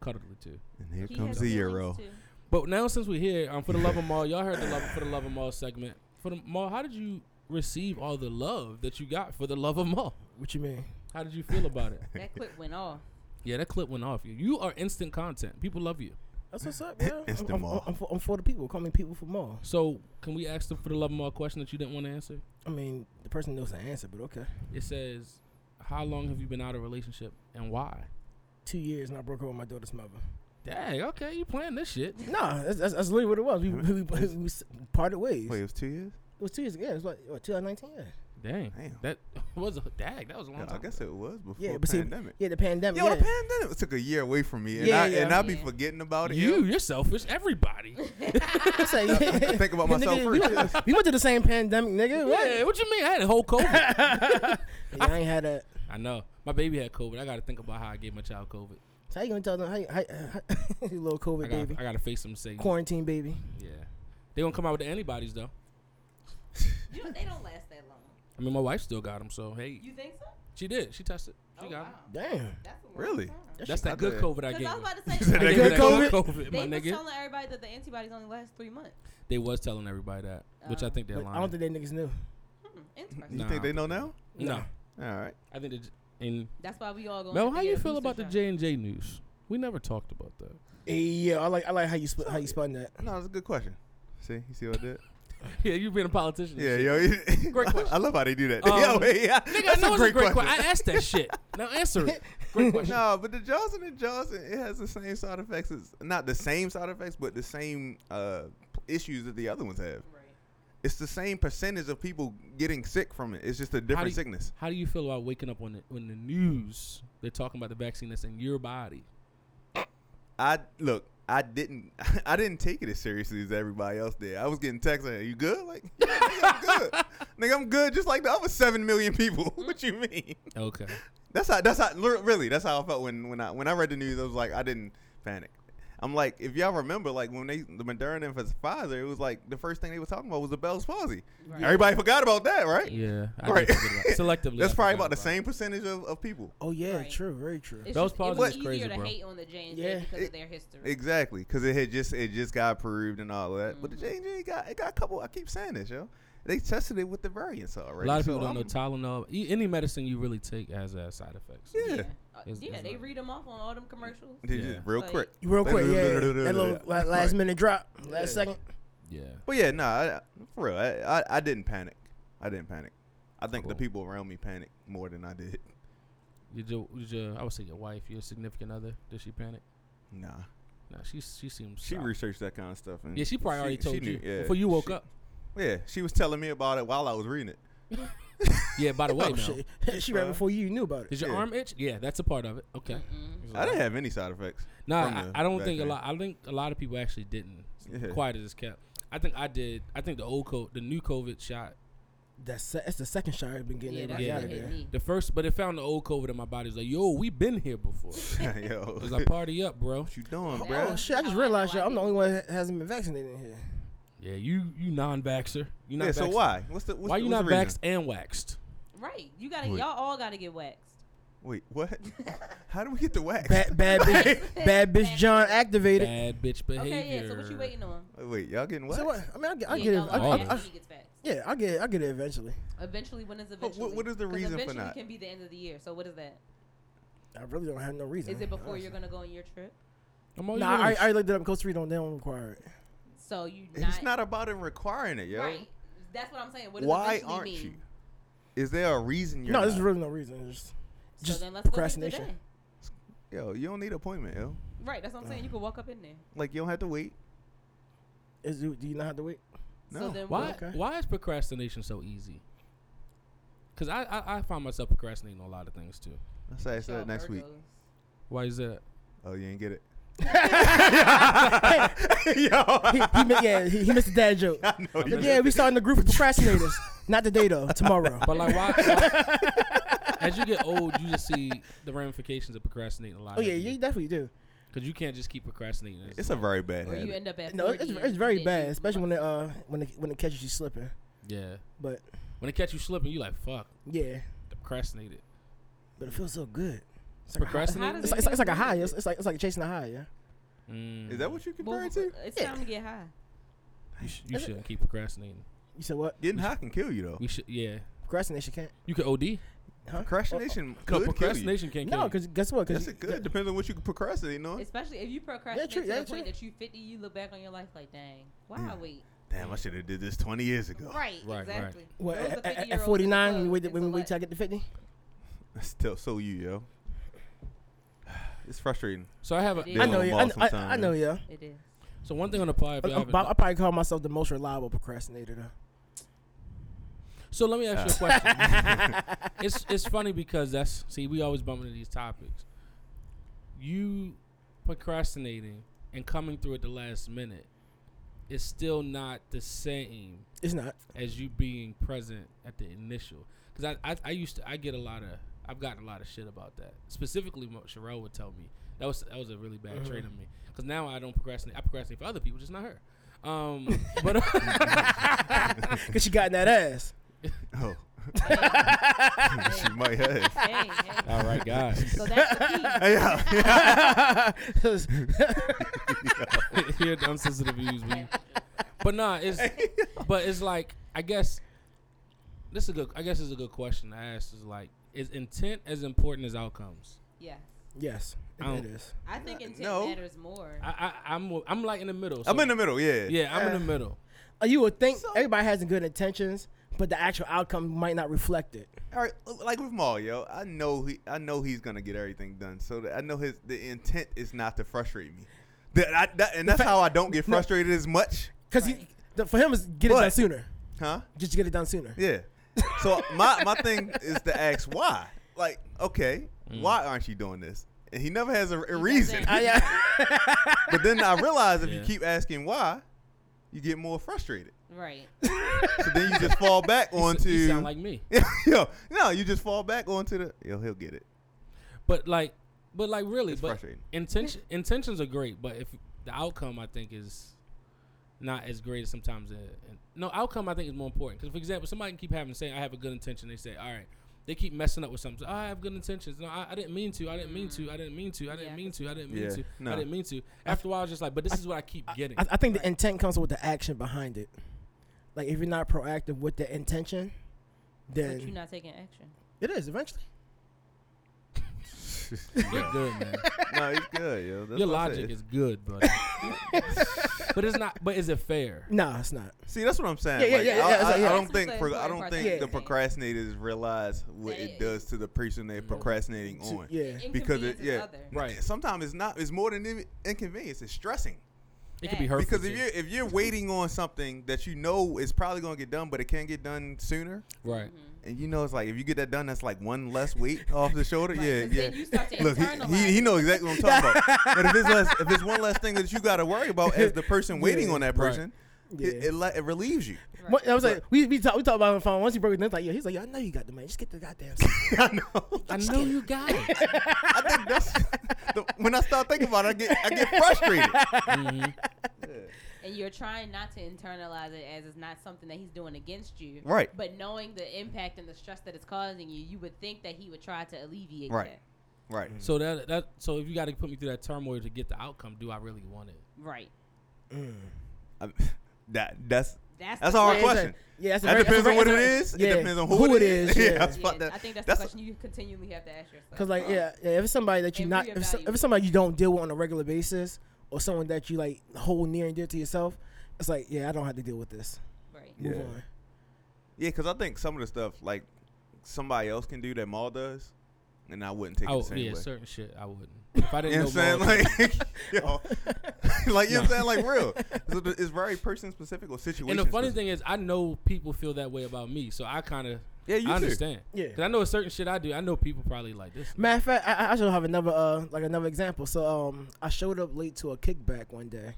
[SPEAKER 2] Cuddly too.
[SPEAKER 3] And here
[SPEAKER 5] He
[SPEAKER 3] comes
[SPEAKER 5] has
[SPEAKER 3] the
[SPEAKER 5] feelings
[SPEAKER 3] euro.
[SPEAKER 5] too.
[SPEAKER 2] But now since we're here, um, for the love of all, y'all heard the love for the love of all segment. For the mall, how did you receive all the love that you got for the love of all?
[SPEAKER 4] What you mean?
[SPEAKER 2] How did you feel about it?
[SPEAKER 5] That clip went off.
[SPEAKER 2] yeah, that clip went off. You- You are instant content. People love you.
[SPEAKER 4] That's what's up, yeah.
[SPEAKER 3] It's the
[SPEAKER 4] I'm, I'm,
[SPEAKER 3] mall.
[SPEAKER 4] I'm, for, I'm for the people. Call me people for more.
[SPEAKER 2] So can we ask them for the love of all question that you didn't want to answer?
[SPEAKER 4] I mean, the person knows the answer, but okay.
[SPEAKER 2] It says, how long have you been out of a relationship and why?
[SPEAKER 4] Two years and I broke up with my daughter's mother.
[SPEAKER 2] Dang, okay, you playing this shit.
[SPEAKER 4] No, that's, that's, that's literally what it was. We, we, we, we s- parted ways.
[SPEAKER 3] Wait, it was two years.
[SPEAKER 4] It was two years ago. Yeah, it was like what, 2019. Yeah.
[SPEAKER 2] Dang,
[SPEAKER 3] Damn.
[SPEAKER 2] that was a dang. That was a long
[SPEAKER 3] Yeah,
[SPEAKER 2] time.
[SPEAKER 3] I guess it was before
[SPEAKER 4] Yeah, but see,
[SPEAKER 3] pandemic.
[SPEAKER 4] yeah, the pandemic.
[SPEAKER 3] Yo,
[SPEAKER 4] yeah.
[SPEAKER 3] the pandemic took a year away from me, and
[SPEAKER 4] Yeah,
[SPEAKER 3] I
[SPEAKER 4] yeah.
[SPEAKER 3] and I be
[SPEAKER 5] Yeah.
[SPEAKER 3] forgetting about it.
[SPEAKER 2] you,
[SPEAKER 3] yo.
[SPEAKER 2] you're selfish. Everybody.
[SPEAKER 4] It's like,
[SPEAKER 3] I think about
[SPEAKER 4] yeah,
[SPEAKER 3] myself
[SPEAKER 4] nigga, we,
[SPEAKER 3] first.
[SPEAKER 4] went, we went through the same pandemic, nigga. What?
[SPEAKER 2] yeah, what you mean? I had a whole COVID.
[SPEAKER 4] Yeah, I ain't had a.
[SPEAKER 2] I know my baby had COVID. I got to think about how I gave my child COVID.
[SPEAKER 4] So how you gonna tell them? How you, how, how, you little
[SPEAKER 2] I got
[SPEAKER 4] COVID baby,
[SPEAKER 2] I got to face them. and Say
[SPEAKER 4] quarantine baby.
[SPEAKER 2] yeah, they gonna come out with the antibodies though.
[SPEAKER 5] You know, they don't last that long.
[SPEAKER 2] I mean, my wife still got them, so hey,
[SPEAKER 5] You think so?
[SPEAKER 2] she did. She tested. She
[SPEAKER 5] oh,
[SPEAKER 2] got
[SPEAKER 5] wow.
[SPEAKER 2] 'em.
[SPEAKER 4] Damn.
[SPEAKER 5] That's a long
[SPEAKER 3] Really?
[SPEAKER 5] time.
[SPEAKER 2] That's that
[SPEAKER 3] not
[SPEAKER 2] good
[SPEAKER 3] bad.
[SPEAKER 2] COVID I
[SPEAKER 5] Because
[SPEAKER 2] gave.
[SPEAKER 5] I was
[SPEAKER 2] her.
[SPEAKER 5] about to say,
[SPEAKER 3] That
[SPEAKER 2] I
[SPEAKER 3] That
[SPEAKER 2] gave her
[SPEAKER 4] good
[SPEAKER 2] that good
[SPEAKER 4] COVID?
[SPEAKER 2] COVID,
[SPEAKER 5] they
[SPEAKER 2] my
[SPEAKER 5] was
[SPEAKER 2] nigga.
[SPEAKER 5] telling everybody that the antibodies only last three months.
[SPEAKER 2] they was telling everybody that, which I
[SPEAKER 5] Oh.
[SPEAKER 2] think they're
[SPEAKER 4] But
[SPEAKER 2] lying.
[SPEAKER 4] I don't think they niggas knew.
[SPEAKER 5] Hmm, interesting.
[SPEAKER 3] You
[SPEAKER 2] Nah,
[SPEAKER 3] think they
[SPEAKER 2] I
[SPEAKER 3] know
[SPEAKER 2] don't
[SPEAKER 3] now?
[SPEAKER 2] no,
[SPEAKER 4] Nah.
[SPEAKER 3] All right.
[SPEAKER 2] I think it's in
[SPEAKER 5] That's why we all going.
[SPEAKER 2] Mel, how you feel about the J and J news? We never talked about that.
[SPEAKER 4] Eh, Yeah, I like I like how you sp- how you spun that.
[SPEAKER 3] No, that's a good question. See, you see what I did?
[SPEAKER 2] yeah, you've been a politician. and
[SPEAKER 3] Yeah,
[SPEAKER 2] shit.
[SPEAKER 3] yo. you-
[SPEAKER 2] Great question.
[SPEAKER 3] I love how they do that.
[SPEAKER 2] Um,
[SPEAKER 3] yo, hey, yeah,
[SPEAKER 2] Nigga,
[SPEAKER 3] that's
[SPEAKER 2] I know
[SPEAKER 3] a
[SPEAKER 2] it's
[SPEAKER 3] great question.
[SPEAKER 2] que- I asked that shit. Now answer it. Great question.
[SPEAKER 3] no, but the Johnson and Johnson, it has the same side effects as not the same side effects, but the same uh, issues that the other ones have.
[SPEAKER 5] Right.
[SPEAKER 3] It's the same percentage of people getting sick from it. It's just a different
[SPEAKER 2] do you-
[SPEAKER 3] sickness.
[SPEAKER 2] How do you feel about waking up on the, when the news they're talking about the vaccine that's in your body?
[SPEAKER 3] I look. I didn't. I didn't take it as seriously as everybody else did. I was getting texts like, "You good? Like, yeah, nigga, I'm good. nigga, I'm good. Just like the other seven million people. what you mean?
[SPEAKER 2] Okay.
[SPEAKER 3] That's how. That's how. li- Really, that's how I felt when when I when I read the news. I was like, I didn't panic. I'm like, if y'all remember, like when they the Moderna and Pfizer, it was like the first thing they were talking about was the Bell's palsy.
[SPEAKER 5] Right.
[SPEAKER 3] Everybody forgot about that, right?
[SPEAKER 2] Yeah. I
[SPEAKER 3] Right.
[SPEAKER 2] did forget about- Selectively.
[SPEAKER 3] That's
[SPEAKER 2] I forgot
[SPEAKER 3] probably about the
[SPEAKER 2] it.
[SPEAKER 3] same percentage of, of people.
[SPEAKER 4] Oh yeah,
[SPEAKER 5] Right.
[SPEAKER 4] true, very true.
[SPEAKER 5] It's
[SPEAKER 2] Those
[SPEAKER 5] just,
[SPEAKER 2] pauses
[SPEAKER 5] it was
[SPEAKER 2] is
[SPEAKER 5] easier
[SPEAKER 2] crazy,
[SPEAKER 5] to
[SPEAKER 2] bro.
[SPEAKER 5] hate on the J and
[SPEAKER 4] Yeah.
[SPEAKER 5] J because
[SPEAKER 3] It-
[SPEAKER 5] of their history.
[SPEAKER 3] Exactly, because it had just it just got approved and all of that. But the
[SPEAKER 5] Mm-hmm.
[SPEAKER 3] J and J got it got a couple. I keep saying this, yo. They tested it with the variants already.
[SPEAKER 2] A lot of
[SPEAKER 3] so
[SPEAKER 2] people don't
[SPEAKER 3] I'm-
[SPEAKER 2] know Tylenol. E- Any medicine you really take has uh, side effects.
[SPEAKER 3] Yeah,
[SPEAKER 5] Yeah, Uh,
[SPEAKER 2] It's-
[SPEAKER 5] yeah
[SPEAKER 2] it's
[SPEAKER 5] they
[SPEAKER 2] like-
[SPEAKER 5] read them off on all them commercials.
[SPEAKER 3] They
[SPEAKER 2] Yeah.
[SPEAKER 3] just real
[SPEAKER 5] Like-
[SPEAKER 3] quick.
[SPEAKER 4] Real quick, yeah, yeah, that little la-
[SPEAKER 3] Right.
[SPEAKER 4] last minute drop, last second.
[SPEAKER 2] Yeah.
[SPEAKER 3] But yeah, nah, I, for real, I, I I didn't panic. I didn't panic. I think the
[SPEAKER 2] Cool.
[SPEAKER 3] people around me panicked more than I did.
[SPEAKER 2] Did your, did your, I would say your wife, your significant other, did she panic?
[SPEAKER 3] Nah,
[SPEAKER 2] No, she she seems.
[SPEAKER 3] she
[SPEAKER 2] solid.
[SPEAKER 3] researched that kind of stuff. And
[SPEAKER 2] Yeah, she probably already told
[SPEAKER 3] knew,
[SPEAKER 2] you
[SPEAKER 3] yeah.
[SPEAKER 2] before you woke
[SPEAKER 3] She-
[SPEAKER 2] up.
[SPEAKER 3] Yeah, she was telling me about it while I was reading it.
[SPEAKER 2] Yeah. By the way,
[SPEAKER 4] Oh
[SPEAKER 2] now,
[SPEAKER 4] shit, she ran
[SPEAKER 3] fine.
[SPEAKER 4] before you knew about it.
[SPEAKER 2] Did your
[SPEAKER 3] Yeah.
[SPEAKER 2] arm itch? Yeah, that's a part of it. Okay.
[SPEAKER 3] I didn't have any side effects.
[SPEAKER 2] Nah,
[SPEAKER 3] from
[SPEAKER 2] I,
[SPEAKER 3] the
[SPEAKER 2] I don't think a
[SPEAKER 3] vaccine.
[SPEAKER 2] lot. I think a lot of people actually didn't.
[SPEAKER 3] Yeah.
[SPEAKER 2] Quiet as it's kept. I think I did. I think the old COVID, the new COVID shot.
[SPEAKER 4] That's se- that's the second shot I've been getting
[SPEAKER 5] Yeah, that's
[SPEAKER 4] everybody
[SPEAKER 2] Yeah.
[SPEAKER 5] what
[SPEAKER 4] out of
[SPEAKER 5] hit
[SPEAKER 4] there.
[SPEAKER 5] me.
[SPEAKER 2] The first, but it found the old COVID in my body. It's like, yo, we been here before.
[SPEAKER 3] Yo,
[SPEAKER 2] It's like party up, bro.
[SPEAKER 3] what you doing,
[SPEAKER 5] Yeah.
[SPEAKER 3] bro?
[SPEAKER 4] Oh shit, I just realized y'all, I'm the only one that hasn't been vaccinated in here.
[SPEAKER 2] Yeah, you you non-vaxer. You not.
[SPEAKER 3] Yeah, so
[SPEAKER 2] vaxxed.
[SPEAKER 3] why? What's the what's
[SPEAKER 2] Why
[SPEAKER 3] the,
[SPEAKER 2] you
[SPEAKER 3] what's
[SPEAKER 2] not
[SPEAKER 3] the reason?
[SPEAKER 2] vaxxed and waxed?
[SPEAKER 5] Right. You gotta.
[SPEAKER 3] Wait.
[SPEAKER 5] Y'all all gotta get waxed.
[SPEAKER 3] Wait, what? How do we get the wax?
[SPEAKER 4] Bad, bad bitch, bad bitch, John activated.
[SPEAKER 2] Bad bitch behavior.
[SPEAKER 5] Okay. Yeah. So what you waiting on?
[SPEAKER 3] Wait, y'all getting wax?
[SPEAKER 4] So what? I mean, I get, I
[SPEAKER 5] yeah,
[SPEAKER 4] get it.
[SPEAKER 5] y'all
[SPEAKER 4] I,
[SPEAKER 5] all
[SPEAKER 2] all
[SPEAKER 4] I,
[SPEAKER 2] of
[SPEAKER 4] I,
[SPEAKER 5] everybody gets waxed.
[SPEAKER 4] yeah, I get, it- I get it eventually.
[SPEAKER 5] Eventually, when is
[SPEAKER 3] what-
[SPEAKER 5] eventually?
[SPEAKER 3] what is the
[SPEAKER 5] 'Cause
[SPEAKER 3] reason for
[SPEAKER 5] eventually
[SPEAKER 3] not?
[SPEAKER 5] Can be the end of the year. So what is that?
[SPEAKER 4] I really don't have no reason.
[SPEAKER 5] Is it before you're gonna go on your trip?
[SPEAKER 2] I'm all
[SPEAKER 4] Nah,
[SPEAKER 2] yours.
[SPEAKER 4] I, I looked it up. Costa Rica don't, they don't require it.
[SPEAKER 5] So you not.
[SPEAKER 3] It's not about him requiring it, yo.
[SPEAKER 5] right. That's what I'm saying. What does
[SPEAKER 3] Why
[SPEAKER 5] eventually
[SPEAKER 3] aren't
[SPEAKER 5] mean?
[SPEAKER 3] you? Is there a reason you're
[SPEAKER 4] no,
[SPEAKER 3] not?
[SPEAKER 4] there's really no reason. It's just,
[SPEAKER 5] So
[SPEAKER 4] just
[SPEAKER 5] then let's look at
[SPEAKER 4] procrastination.
[SPEAKER 5] today.
[SPEAKER 3] yo, you don't need appointment, yo.
[SPEAKER 5] Right. That's what I'm saying. You can walk up in there.
[SPEAKER 3] Like you don't have to wait.
[SPEAKER 4] Is, do you not have to wait?
[SPEAKER 5] So
[SPEAKER 3] No.
[SPEAKER 5] then
[SPEAKER 2] Why?
[SPEAKER 5] what-
[SPEAKER 4] Okay.
[SPEAKER 2] Why is procrastination so easy? Because I, I I find myself procrastinating on a lot of things too.
[SPEAKER 3] Let's ask
[SPEAKER 5] y'all
[SPEAKER 3] that next week.
[SPEAKER 5] Virgos.
[SPEAKER 2] Why is that?
[SPEAKER 3] Oh, you ain't get it.
[SPEAKER 4] he,
[SPEAKER 3] yo,
[SPEAKER 4] he, mi- yeah, he, he missed the dad joke.
[SPEAKER 3] I know you.
[SPEAKER 4] But yeah, we starting the group of procrastinators. not today though. Tomorrow.
[SPEAKER 2] But like, why? why- as you get old, you just see the ramifications of procrastinating a lot.
[SPEAKER 4] Oh yeah, you definitely do.
[SPEAKER 2] Because you can't just keep procrastinating. It's
[SPEAKER 3] It's a very bad
[SPEAKER 5] Or you
[SPEAKER 3] habit.
[SPEAKER 5] end up at
[SPEAKER 4] No, it's,
[SPEAKER 5] 40
[SPEAKER 4] it's very
[SPEAKER 5] and
[SPEAKER 4] bad,
[SPEAKER 5] you
[SPEAKER 4] especially when
[SPEAKER 5] must-
[SPEAKER 4] it uh when it, when it catches you slipping.
[SPEAKER 2] yeah.
[SPEAKER 4] But
[SPEAKER 2] When they catch you slipping, you like fuck.
[SPEAKER 4] yeah,
[SPEAKER 2] Procrastinated. but
[SPEAKER 4] but it feels so good. It's like a high-
[SPEAKER 5] How does
[SPEAKER 2] Procrastinating.
[SPEAKER 4] It's like, it's like- it's like a high. It's, it's like it's like chasing a high. Yeah.
[SPEAKER 2] Mm.
[SPEAKER 3] Is that what you
[SPEAKER 5] Well,
[SPEAKER 3] comparing to?
[SPEAKER 5] It's
[SPEAKER 4] Yeah.
[SPEAKER 5] time to get high.
[SPEAKER 2] you, sh- you shouldn't keep procrastinating?
[SPEAKER 4] You said what?
[SPEAKER 3] Getting high can kill you though.
[SPEAKER 2] We should. Yeah.
[SPEAKER 4] Procrastination can't.
[SPEAKER 2] You could OD.
[SPEAKER 4] Huh?
[SPEAKER 3] Procrastination
[SPEAKER 2] No,
[SPEAKER 3] could kill you.
[SPEAKER 2] procrastination can't.
[SPEAKER 4] No,
[SPEAKER 2] kill you.
[SPEAKER 4] because guess what?
[SPEAKER 3] Yes,
[SPEAKER 4] Because
[SPEAKER 3] it could. Depends on what you procrastinate on.
[SPEAKER 5] Especially if you procrastinate
[SPEAKER 4] true,
[SPEAKER 5] to
[SPEAKER 4] yeah,
[SPEAKER 5] the point
[SPEAKER 4] true.
[SPEAKER 5] that you 50, you look back on your life like, dang, why I wait?
[SPEAKER 3] Damn, I should have did this 20 years ago.
[SPEAKER 5] Right,
[SPEAKER 2] Right, right.
[SPEAKER 5] exactly.
[SPEAKER 4] what,
[SPEAKER 5] Those
[SPEAKER 4] at, at,
[SPEAKER 5] are 50-year-olds in the
[SPEAKER 4] forty nine
[SPEAKER 5] club,
[SPEAKER 4] when we
[SPEAKER 5] it's
[SPEAKER 4] when
[SPEAKER 5] a
[SPEAKER 4] we wait
[SPEAKER 5] lot.
[SPEAKER 4] till I get to fifty.
[SPEAKER 3] Still, so you, yo. It's frustrating.
[SPEAKER 2] So I have a
[SPEAKER 5] It
[SPEAKER 4] I
[SPEAKER 5] is.
[SPEAKER 4] know
[SPEAKER 3] Little
[SPEAKER 4] you. I,
[SPEAKER 3] ball
[SPEAKER 4] I, I
[SPEAKER 3] sometime,
[SPEAKER 4] know you.
[SPEAKER 5] It is.
[SPEAKER 2] so one thing on the pod. if
[SPEAKER 4] I,
[SPEAKER 2] y'all
[SPEAKER 4] I,
[SPEAKER 2] haven't-
[SPEAKER 4] I probably call myself the most reliable procrastinator. Though.
[SPEAKER 2] So let me ask you a question. it's it's funny because that's see we always bump into these topics. You procrastinating and coming through at the last minute is still not the same
[SPEAKER 4] It's not.
[SPEAKER 2] as you being present at the initial. Because I, I, I used to I get a lot of I've gotten a lot of shit about that. Specifically, what Sherelle would tell me that was that was a really bad trait of me. Because now I don't procrastinate. I procrastinate for other people, just not her. Um, but
[SPEAKER 4] Cause she got in that ass.
[SPEAKER 3] Oh,
[SPEAKER 5] Hey,
[SPEAKER 3] she might have.
[SPEAKER 5] hey, hey.
[SPEAKER 2] all right, guys,
[SPEAKER 5] So that's the key.
[SPEAKER 3] Yeah.
[SPEAKER 2] here at the unsensitive views. We, but nah, it's but it's like I guess this is a good. I guess it's a good question to ask. Is like is intent as important as outcomes?
[SPEAKER 5] Yeah.
[SPEAKER 4] yes,
[SPEAKER 2] I don't-
[SPEAKER 4] it is.
[SPEAKER 5] I think intent
[SPEAKER 3] no.
[SPEAKER 5] matters more.
[SPEAKER 2] I, I I'm I'm like in the middle. so-
[SPEAKER 3] I'm in the middle. Yeah.
[SPEAKER 2] yeah, I'm in the middle.
[SPEAKER 4] Uh, You would think
[SPEAKER 3] So-
[SPEAKER 4] everybody has good intentions, but the actual outcome might not reflect it.
[SPEAKER 3] All right. Like with Maul, yo, I know he, I know he's gonna get everything done. So that I know his the intent is not to frustrate me. That, I, that and that's how I don't get frustrated as much,
[SPEAKER 4] Cause he, the, for him, is get it
[SPEAKER 3] But-
[SPEAKER 4] done sooner.
[SPEAKER 3] huh?
[SPEAKER 4] Just get it done sooner.
[SPEAKER 3] Yeah. So my my thing is to ask why. Like, okay, why aren't you doing this? And he never has a, a reason.
[SPEAKER 4] Ah, yeah.
[SPEAKER 3] but then I realize if you
[SPEAKER 2] Yeah.
[SPEAKER 3] keep asking why, you get more frustrated.
[SPEAKER 5] right.
[SPEAKER 3] So then you just fall back onto
[SPEAKER 2] You sound like me.
[SPEAKER 3] yo, no, you just fall back onto the yo. He'll get it.
[SPEAKER 2] But like, but like really,
[SPEAKER 3] It's
[SPEAKER 2] but
[SPEAKER 3] frustrating.
[SPEAKER 2] intention intentions are great. But if the outcome, I think is not as great as sometimes. uh and- no outcome, I think is more important. Because for example, somebody can keep having saying I have a good intention. They say, all right. They keep messing up with something. So, "Oh, I have good intentions. No, I, I didn't mean to. I didn't mean to. I didn't mean to. I didn't
[SPEAKER 5] Yeah.
[SPEAKER 2] mean to. I didn't mean
[SPEAKER 3] Yeah.
[SPEAKER 2] to. I
[SPEAKER 3] No.
[SPEAKER 2] didn't mean to. After a while, I was just like, but this is what I keep getting.
[SPEAKER 4] I, I think the intent comes with the action behind it. Like if you're not proactive with the intention,
[SPEAKER 5] But you're
[SPEAKER 4] then
[SPEAKER 5] not taking action.
[SPEAKER 4] it is eventually.
[SPEAKER 2] You're good, man.
[SPEAKER 3] No, he's good, yo. That's
[SPEAKER 2] Your
[SPEAKER 3] what I
[SPEAKER 2] logic
[SPEAKER 3] said.
[SPEAKER 2] is good, brother. but it's not. But is it fair?
[SPEAKER 4] Nah, it's not.
[SPEAKER 3] See, that's what I'm saying.
[SPEAKER 4] Yeah, yeah,
[SPEAKER 3] Like,
[SPEAKER 4] yeah, yeah,
[SPEAKER 3] I,
[SPEAKER 4] it's
[SPEAKER 3] I,
[SPEAKER 4] like- yeah.
[SPEAKER 3] I don't
[SPEAKER 5] That's
[SPEAKER 3] think
[SPEAKER 5] the
[SPEAKER 3] for, I
[SPEAKER 5] important
[SPEAKER 3] don't
[SPEAKER 5] part
[SPEAKER 3] think
[SPEAKER 4] that
[SPEAKER 3] the
[SPEAKER 5] I'm saying.
[SPEAKER 3] procrastinators realize what
[SPEAKER 5] That
[SPEAKER 3] it
[SPEAKER 5] is.
[SPEAKER 3] does to the person they're procrastinating
[SPEAKER 4] So,
[SPEAKER 3] on.
[SPEAKER 4] yeah.
[SPEAKER 3] Because it,
[SPEAKER 5] Inconveniences
[SPEAKER 3] yeah,
[SPEAKER 5] other.
[SPEAKER 2] Right.
[SPEAKER 3] Sometimes it's not. It's more than in- inconvenience. It's stressing.
[SPEAKER 2] It could be
[SPEAKER 5] Facts.
[SPEAKER 2] hurtful.
[SPEAKER 3] Because
[SPEAKER 2] too.
[SPEAKER 3] if you're if you're waiting on something that you know is probably gonna get done, but it can't get done sooner,
[SPEAKER 2] right.
[SPEAKER 3] and you know it's like if you get that done, that's like one less weight off the shoulder.
[SPEAKER 5] Right,
[SPEAKER 3] Yeah,
[SPEAKER 5] 'cause
[SPEAKER 3] yeah.
[SPEAKER 5] then you start to
[SPEAKER 3] Look, he,
[SPEAKER 5] internalize
[SPEAKER 3] he, he
[SPEAKER 5] it.
[SPEAKER 3] knows exactly what I'm talking about. But if it's less, if it's one less thing that you got to worry about as the person waiting on that
[SPEAKER 2] Right.
[SPEAKER 3] person,
[SPEAKER 4] Yeah.
[SPEAKER 3] it, it, le- it relieves you.
[SPEAKER 5] Right.
[SPEAKER 4] What- I was like, we we talk, we talk about it on the phone. Once he broke it down, it's like, yeah, he's like, yeah, I know you got the man. Just get the goddamn.
[SPEAKER 3] I know.
[SPEAKER 2] I know you got it.
[SPEAKER 3] I think that's the, when I start thinking about it, I get I get frustrated.
[SPEAKER 5] and you're trying not to internalize it as it's not something that he's doing against you.
[SPEAKER 3] Right.
[SPEAKER 5] But knowing the impact and the stress that it's causing you, you would think that he would try to alleviate
[SPEAKER 3] Right.
[SPEAKER 5] that.
[SPEAKER 3] Right.
[SPEAKER 2] So that that so if you got to put me through that turmoil to get the outcome, do I really want it?
[SPEAKER 5] Right.
[SPEAKER 3] I, that that's
[SPEAKER 5] That's,
[SPEAKER 3] That's
[SPEAKER 5] the
[SPEAKER 3] all right.
[SPEAKER 4] Yeah, it's
[SPEAKER 5] question.
[SPEAKER 3] question.
[SPEAKER 4] like- Yeah, that's a
[SPEAKER 3] that
[SPEAKER 4] very,
[SPEAKER 3] depends
[SPEAKER 4] that's a
[SPEAKER 3] on what it
[SPEAKER 4] very-
[SPEAKER 3] is.
[SPEAKER 4] yeah.
[SPEAKER 3] It depends on who,
[SPEAKER 4] who it is.
[SPEAKER 3] Yeah,
[SPEAKER 4] Yeah.
[SPEAKER 3] that's about
[SPEAKER 5] Yeah,
[SPEAKER 3] that.
[SPEAKER 5] I think that's,
[SPEAKER 3] that's
[SPEAKER 5] the question you continually have to ask yourself.
[SPEAKER 4] Cause like yeah, yeah, if it's somebody that you
[SPEAKER 5] And
[SPEAKER 4] not, if, so,
[SPEAKER 5] reevaluate.
[SPEAKER 4] if it's somebody you don't deal with on a regular basis, or someone that you like hold near and dear to yourself, it's like yeah, I don't have to deal with this.
[SPEAKER 5] Right.
[SPEAKER 4] Move
[SPEAKER 3] Yeah.
[SPEAKER 4] on.
[SPEAKER 3] Yeah, because I think some of the stuff like somebody else can do that Maul does, and I wouldn't take
[SPEAKER 2] I
[SPEAKER 3] it the
[SPEAKER 2] would,
[SPEAKER 3] same
[SPEAKER 2] yeah,
[SPEAKER 3] way.
[SPEAKER 2] certain shit I wouldn't. If I
[SPEAKER 3] You
[SPEAKER 2] didn't
[SPEAKER 3] know
[SPEAKER 2] know,
[SPEAKER 3] what I'm saying?
[SPEAKER 2] more,
[SPEAKER 3] Like, yo, like you
[SPEAKER 2] No.
[SPEAKER 3] know what I'm saying? Like real. So th- it's very person specific or situation.
[SPEAKER 2] and the funny
[SPEAKER 3] specific.
[SPEAKER 2] thing is, I know people feel that way about me, so I kind of
[SPEAKER 3] Yeah, you
[SPEAKER 2] I
[SPEAKER 3] too.
[SPEAKER 2] understand.
[SPEAKER 4] Yeah.
[SPEAKER 2] because I know a certain shit I do. I know people probably like this.
[SPEAKER 4] Matter of fact, I, I should have another uh like another example. So um, I showed up late to a kickback one day,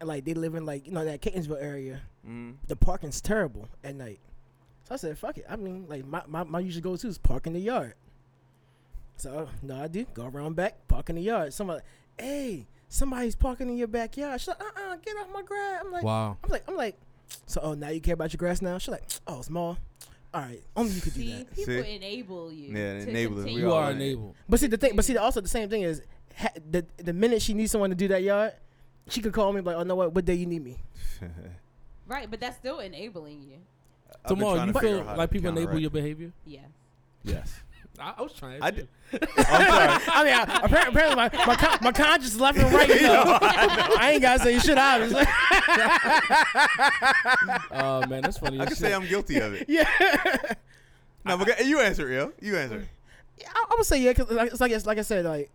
[SPEAKER 4] and like they live in like you know that Catonsville area.
[SPEAKER 3] Mm.
[SPEAKER 4] The parking's terrible at night. So I said, fuck it. I mean, like my my, my usual go to is park in the yard. So no, I do go around back, park in the yard. Somebody, hey, somebody's parking in your backyard. She's like, uh uh get off my grass. I'm like,
[SPEAKER 2] Wow.
[SPEAKER 4] I'm like, I'm like, so oh now you care about your grass now? She's like, oh it's small. All right, only you could do
[SPEAKER 5] See,
[SPEAKER 4] that.
[SPEAKER 5] people
[SPEAKER 3] See?
[SPEAKER 5] enable you.
[SPEAKER 3] Yeah, they
[SPEAKER 5] to
[SPEAKER 3] enable us. We
[SPEAKER 5] continue.
[SPEAKER 2] You
[SPEAKER 3] all
[SPEAKER 2] are
[SPEAKER 3] in it.
[SPEAKER 2] enabled.
[SPEAKER 4] But see the thing, but see also the same thing is ha, the the minute she needs someone to do that yard, she could call me and be like, oh no what, what day you need me?
[SPEAKER 5] Right, but that's still enabling you.
[SPEAKER 3] I've been
[SPEAKER 2] Tomorrow,
[SPEAKER 3] trying
[SPEAKER 2] you
[SPEAKER 3] to figure
[SPEAKER 2] feel
[SPEAKER 3] out how
[SPEAKER 2] like
[SPEAKER 3] to
[SPEAKER 2] people enable
[SPEAKER 3] counteract-
[SPEAKER 2] your behavior.
[SPEAKER 5] Yeah.
[SPEAKER 3] Yes.
[SPEAKER 2] I, I was trying.
[SPEAKER 3] I
[SPEAKER 2] to.
[SPEAKER 3] d- I'm sorry.
[SPEAKER 4] I mean, I, apparently, apparently my, my, con- my conscience is left and right. You know? I ain't gotta say shit. I was like,
[SPEAKER 2] Oh man, that's funny.
[SPEAKER 3] I
[SPEAKER 2] as
[SPEAKER 3] can
[SPEAKER 2] shit.
[SPEAKER 3] say I'm guilty of it.
[SPEAKER 4] yeah.
[SPEAKER 3] no, but you answer it, yo. You answer it.
[SPEAKER 4] Yeah, I, I would say yeah, because like, it's like it's like I said, like